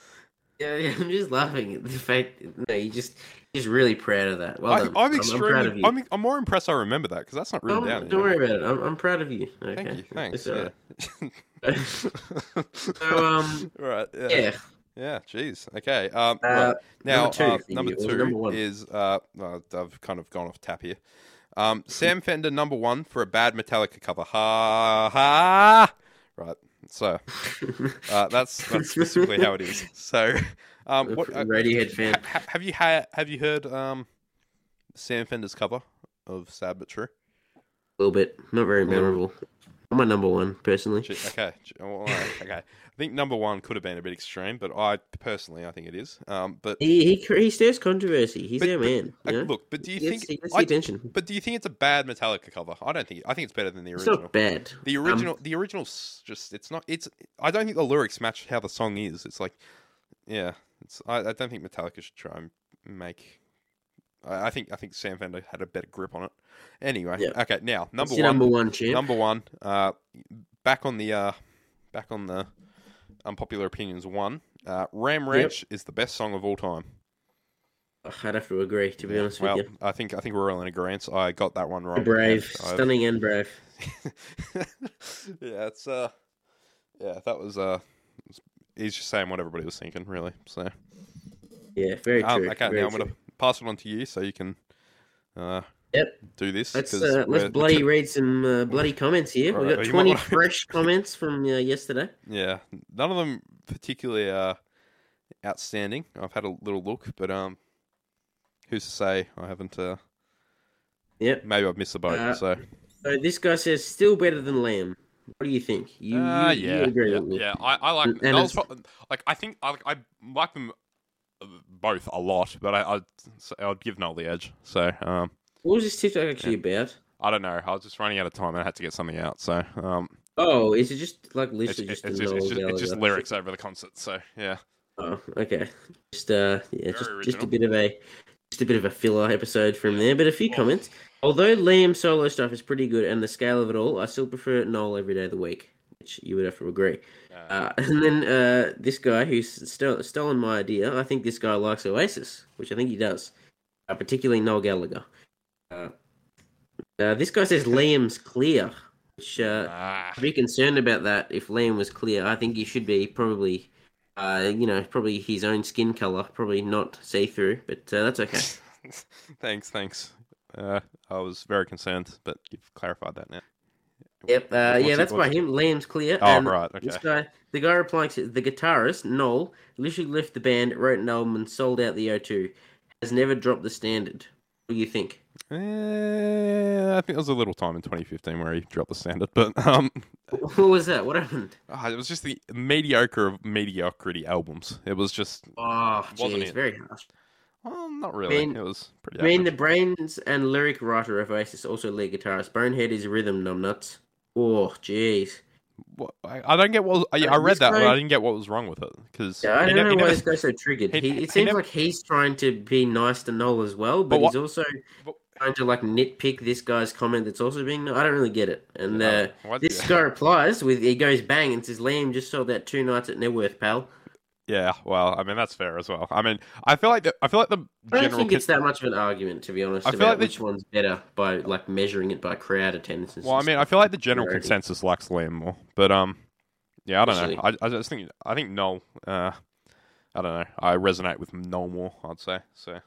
B: Yeah, yeah, I'm just laughing at the fact. No, you just just really proud of that. (laughs) Well
A: I,
B: done.
A: I'm, extremely.
B: proud
A: I'm,
B: of you.
A: I'm, more impressed. I remember that because that's not written
B: Don't,
A: down. you
B: don't
A: know.
B: worry about it. I'm, I'm proud of you. Okay.
A: Thank you. Thanks.
B: It's all
A: Yeah.
B: right. (laughs) So, um,
A: right. (laughs) Yeah.
B: yeah.
A: Yeah, Jeez. Okay. Um,
B: Uh,
A: right. Now,
B: number two
A: uh,
B: for you.
A: number
B: It was
A: two
B: number one.
A: is uh, well, I've kind of gone off tap here. Um, Sam Fender number one for a bad Metallica cover. Ha ha. Right. So
B: (laughs)
A: uh, that's that's specifically how it is. So, um, what uh,
B: Radiohead fan.
A: ha- ha- have you ha- have you heard um, Sam Fender's cover of Sad but True?
B: A little bit. Not very
A: little-
B: memorable. I'm my number one, personally.
A: Gee, okay, gee, well, alright, okay. I think number one could have been a bit extreme, but I personally I think it is. Um, but
B: He, he cr- he stirs controversy. He's
A: But-
B: their
A: but-
B: man.
A: uh,
B: you know?
A: look, but do you
B: He
A: think?
B: gets- he gets the
A: I,
B: attention.
A: but do you think it's a bad Metallica cover? I don't think. I think it's better than the
B: It's
A: original.
B: not bad.
A: The
B: Um,
A: original, the original's just it's not. It's I don't think the lyrics match how the song is. It's like, yeah, it's. I, I don't think Metallica should try and make. I, I think I think Sam Fender had a better grip on it. Anyway,
B: Yeah.
A: okay. Now
B: What's
A: number
B: your
A: one,
B: number one champ.
A: number one. Uh, back on the uh, back on the unpopular opinions one. Uh, Ram Ranch is the best song of all time.
B: I'd have to agree, to be
A: Yeah,
B: honest
A: well,
B: with you.
A: I think I think we're all in agreement. I got that one wrong.
B: brave,
A: Yes, I've-
B: stunning, and brave.
A: (laughs) yeah, it's uh, yeah, that was uh, it's- he's just saying what everybody was thinking, really. So,
B: Yeah, very
A: um,
B: true.
A: okay,
B: very
A: now I'm
B: true.
A: gonna pass it on to you so you can uh,
B: Yep.
A: do this.
B: Let's
A: 'cause
B: uh,
A: we're-
B: let's
A: (laughs)
B: bloody read some uh, bloody comments here.
A: Alright,
B: We've
A: well,
B: got
A: you might
B: 20
A: wanna- (laughs)
B: fresh comments from uh, yesterday.
A: yeah, none of them particularly uh, outstanding. I've had a little look, but um, who's to say I haven't? Uh,
B: Yep.
A: maybe I've missed the boat.
B: Uh,
A: so
B: So this guy says still better than Lamb. What do you think? You,
A: Ah,
B: you,
A: yeah,
B: you agree
A: yeah,
B: with me?
A: yeah. I, I like
B: And
A: that was
B: it's-
A: pro- like I think I, I like them uh, both a lot, but I I'd, s- I'd give Noel the edge. So um,
B: What was this TikTok actually about?
A: I don't know. I was just running out of time and I had to get something out. So um,
B: Oh, is it just like
A: it's,
B: literally
A: it's,
B: just
A: it's,
B: the
A: just, it's,
B: Noel
A: just, it's just
B: Gallagher?
A: lyrics over the concert. So yeah,
B: Oh, okay. Just uh, yeah, just, just
A: original.
B: a bit of a just a bit of a filler episode from there, but a few
A: Oh.
B: comments. Although Liam's solo stuff is pretty good and the scale of it all, I still prefer Noel every day of the week, which you would have to agree.
A: uh,
B: Uh, (laughs) and then uh, this guy who's st- stolen my idea, I think this guy likes Oasis, which I think he does, uh, particularly Noel Gallagher. Uh, uh, this guy says Liam's clear, which uh,
A: ah,
B: I'd be concerned about that if Liam was clear. I think he should be probably, uh, you know, probably his own skin color, probably not see through, but uh, that's okay.
A: (laughs) thanks, thanks. Uh, I was very concerned, but you've clarified that now.
B: Yep, uh,
A: What's
B: yeah,
A: it-
B: that's by
A: what's-
B: him. Liam's clear.
A: Oh
B: and
A: right,
B: This
A: okay.
B: guy, the guy replying says the guitarist Noel literally left the band, wrote an album, and sold out the O2. Has never dropped the standard. What do you think? (laughs)
A: Eh, I think there was a little time in 2015 where he dropped the standard, but um,
B: What was that? What happened?
A: Ah, it was just the mediocre of mediocrity albums. It was just,
B: Oh,
A: Wasn't
B: jeez,
A: it?
B: very harsh.
A: well, not really.
B: mean-
A: it was pretty.
B: I mean, the
A: average.
B: brains and lyric writer of Oasis also lead guitarist. Bonehead is rhythm numbnuts. Oh, jeez.
A: What- I, I don't get what. I,
B: Uh,
A: I read
B: this
A: that, but
B: guy-
A: I didn't get what was wrong with it because
B: Yeah, I don't know why this guy's so triggered.
A: he-
B: He,
A: he
B: it seems
A: never-
B: like he's trying to be nice to Noel as well, but,
A: But what-
B: he's also trying to like nitpick this guy's comment that's also being. I don't really get it. And uh,
A: Oh, what-
B: this guy replies with he goes bang and says, "Liam just sold that two nights at Networth, pal."
A: (laughs) Yeah, well, I mean that's fair as well. I mean, I feel like the, I feel like the
B: I don't
A: general
B: think
A: con-
B: it's that much of an argument, to be honest,
A: I feel
B: about
A: like the-
B: which one's better by like measuring it by crowd attendance. and
A: Well, I mean, I
B: stuff.
A: feel like the general
B: Alrighty.
A: consensus likes Liam more, but um, yeah, I don't know. I,
B: Actually-
A: I just think I think Noel. Uh, I don't know. I resonate with Noel more. I'd say so.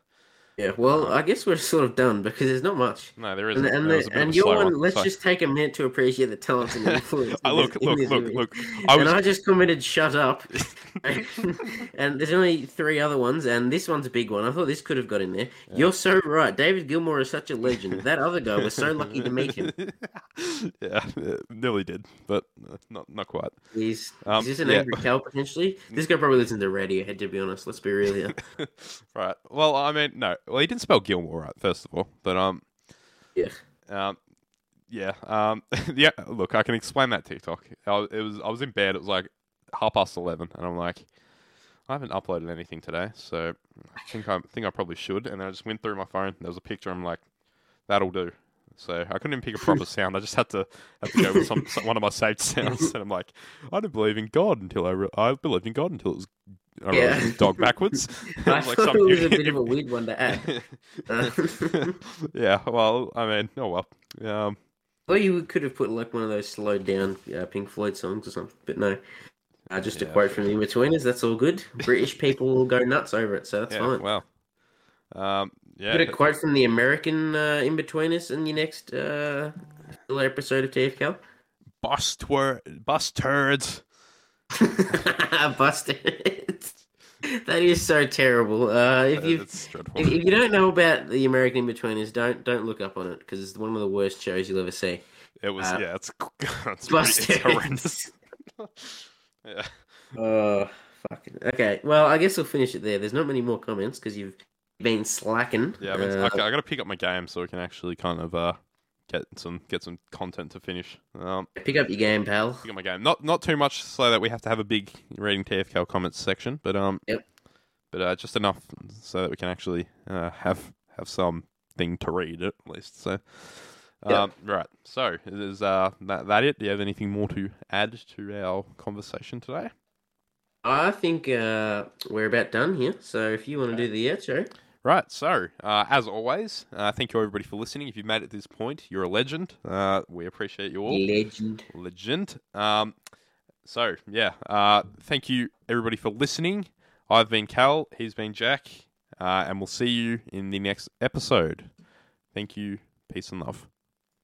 B: yeah. Well,
A: Uh-huh.
B: I guess we're sort of done because there's not much.
A: No, there
B: And,
A: isn't.
B: and,
A: There
B: the-
A: was a bit of
B: and
A: a
B: your
A: slow
B: one,
A: one,
B: let's
A: so-
B: just take a minute to appreciate the
A: (laughs)
B: talent and influence.
A: I
B: in
A: look,
B: this- in
A: look,
B: this
A: look,
B: movie.
A: look. I was
B: And I just commented,
A: (laughs)
B: "Shut up." (laughs) and there's only three other ones, and this one's a big one. I thought this could have got in there. You're so right. David Gilmore is such a legend. That other guy was so lucky to meet him.
A: (laughs) yeah, uh, nearly did, but uh, not not quite.
B: He's
A: Um,
B: is this an
A: yeah.
B: angry cow potentially? This guy probably listens to Radiohead. To be honest, let's be real here.
A: right. Well, I mean, no. Well, he didn't spell Gilmore right, first of all, but um,
B: Yeah.
A: Um, yeah. Um, (laughs) yeah. Look, I can explain that TikTok. I, was- it was I was in bed. It was like half past eleven, and I'm like, I haven't uploaded anything today, so I think I think I probably should. And then I just went through my phone. and There was a picture. I'm like, that'll do. So I couldn't even pick a
B: (laughs)
A: proper sound. I just had to had to go with some, some one of my saved sounds. And I'm like, I didn't believe in God until I re- I believed in God until it was I
B: Yeah.
A: realized it was dog
B: (laughs)
A: backwards. (laughs) It
B: I
A: was (laughs) like
B: thought
A: some
B: it was a
A: idiot.
B: bit of a weird one to add. Uh,
A: (laughs)
B: (laughs)
A: yeah, well, I mean, oh well. Um,
B: Or you could have put like one of those slowed down uh, Pink Floyd songs or something, but no. Uh, just a
A: Yeah,
B: quote from the Betweeners. That's all good. British people will go nuts over it, so that's
A: yeah,
B: fine.
A: well. Um, yeah,
B: Put a quote from the American uh, In Betweeners in your next uh, little episode of (laughs) TFK.
A: bus twer- bus turds.
B: Busted. that is so terrible. Uh, if you
A: It's dreadful.
B: if, if you don't know about the American In Betweeners, don't don't look up on it because it's one of the worst shows you'll ever see.
A: it was
B: uh,
A: yeah, it's (laughs) it's, pretty,
B: Bus
A: it's (laughs) horrendous. yeah,
B: Oh, fuck. Okay, well, I guess we'll finish it there. There's not many more comments because you've been slacking.
A: yeah. I mean,
B: Uh,
A: okay, I gotta pick up my game so we can actually kind of uh get some get some content to finish. Um,
B: Pick up your game, pal.
A: pick up my game. Not not too much so that we have to have a big reading TFL comments section, but um,
B: Yep.
A: But uh, just enough so that we can actually uh, have have something to read at least. So,
B: Yep.
A: um, right. So is uh that that it? Do you have anything more to add to our conversation today?
B: I think uh, we're about done here. So if you want to do the outro,
A: Right, so uh, as always, uh, thank you everybody for listening. If you've made it to this point, you're a legend. Uh, we appreciate you all.
B: legend.
A: legend. Um, so yeah, uh, thank you everybody for listening. I've been Cal, he's been Jack, uh, and we'll see you in the next episode. Thank you, peace and love.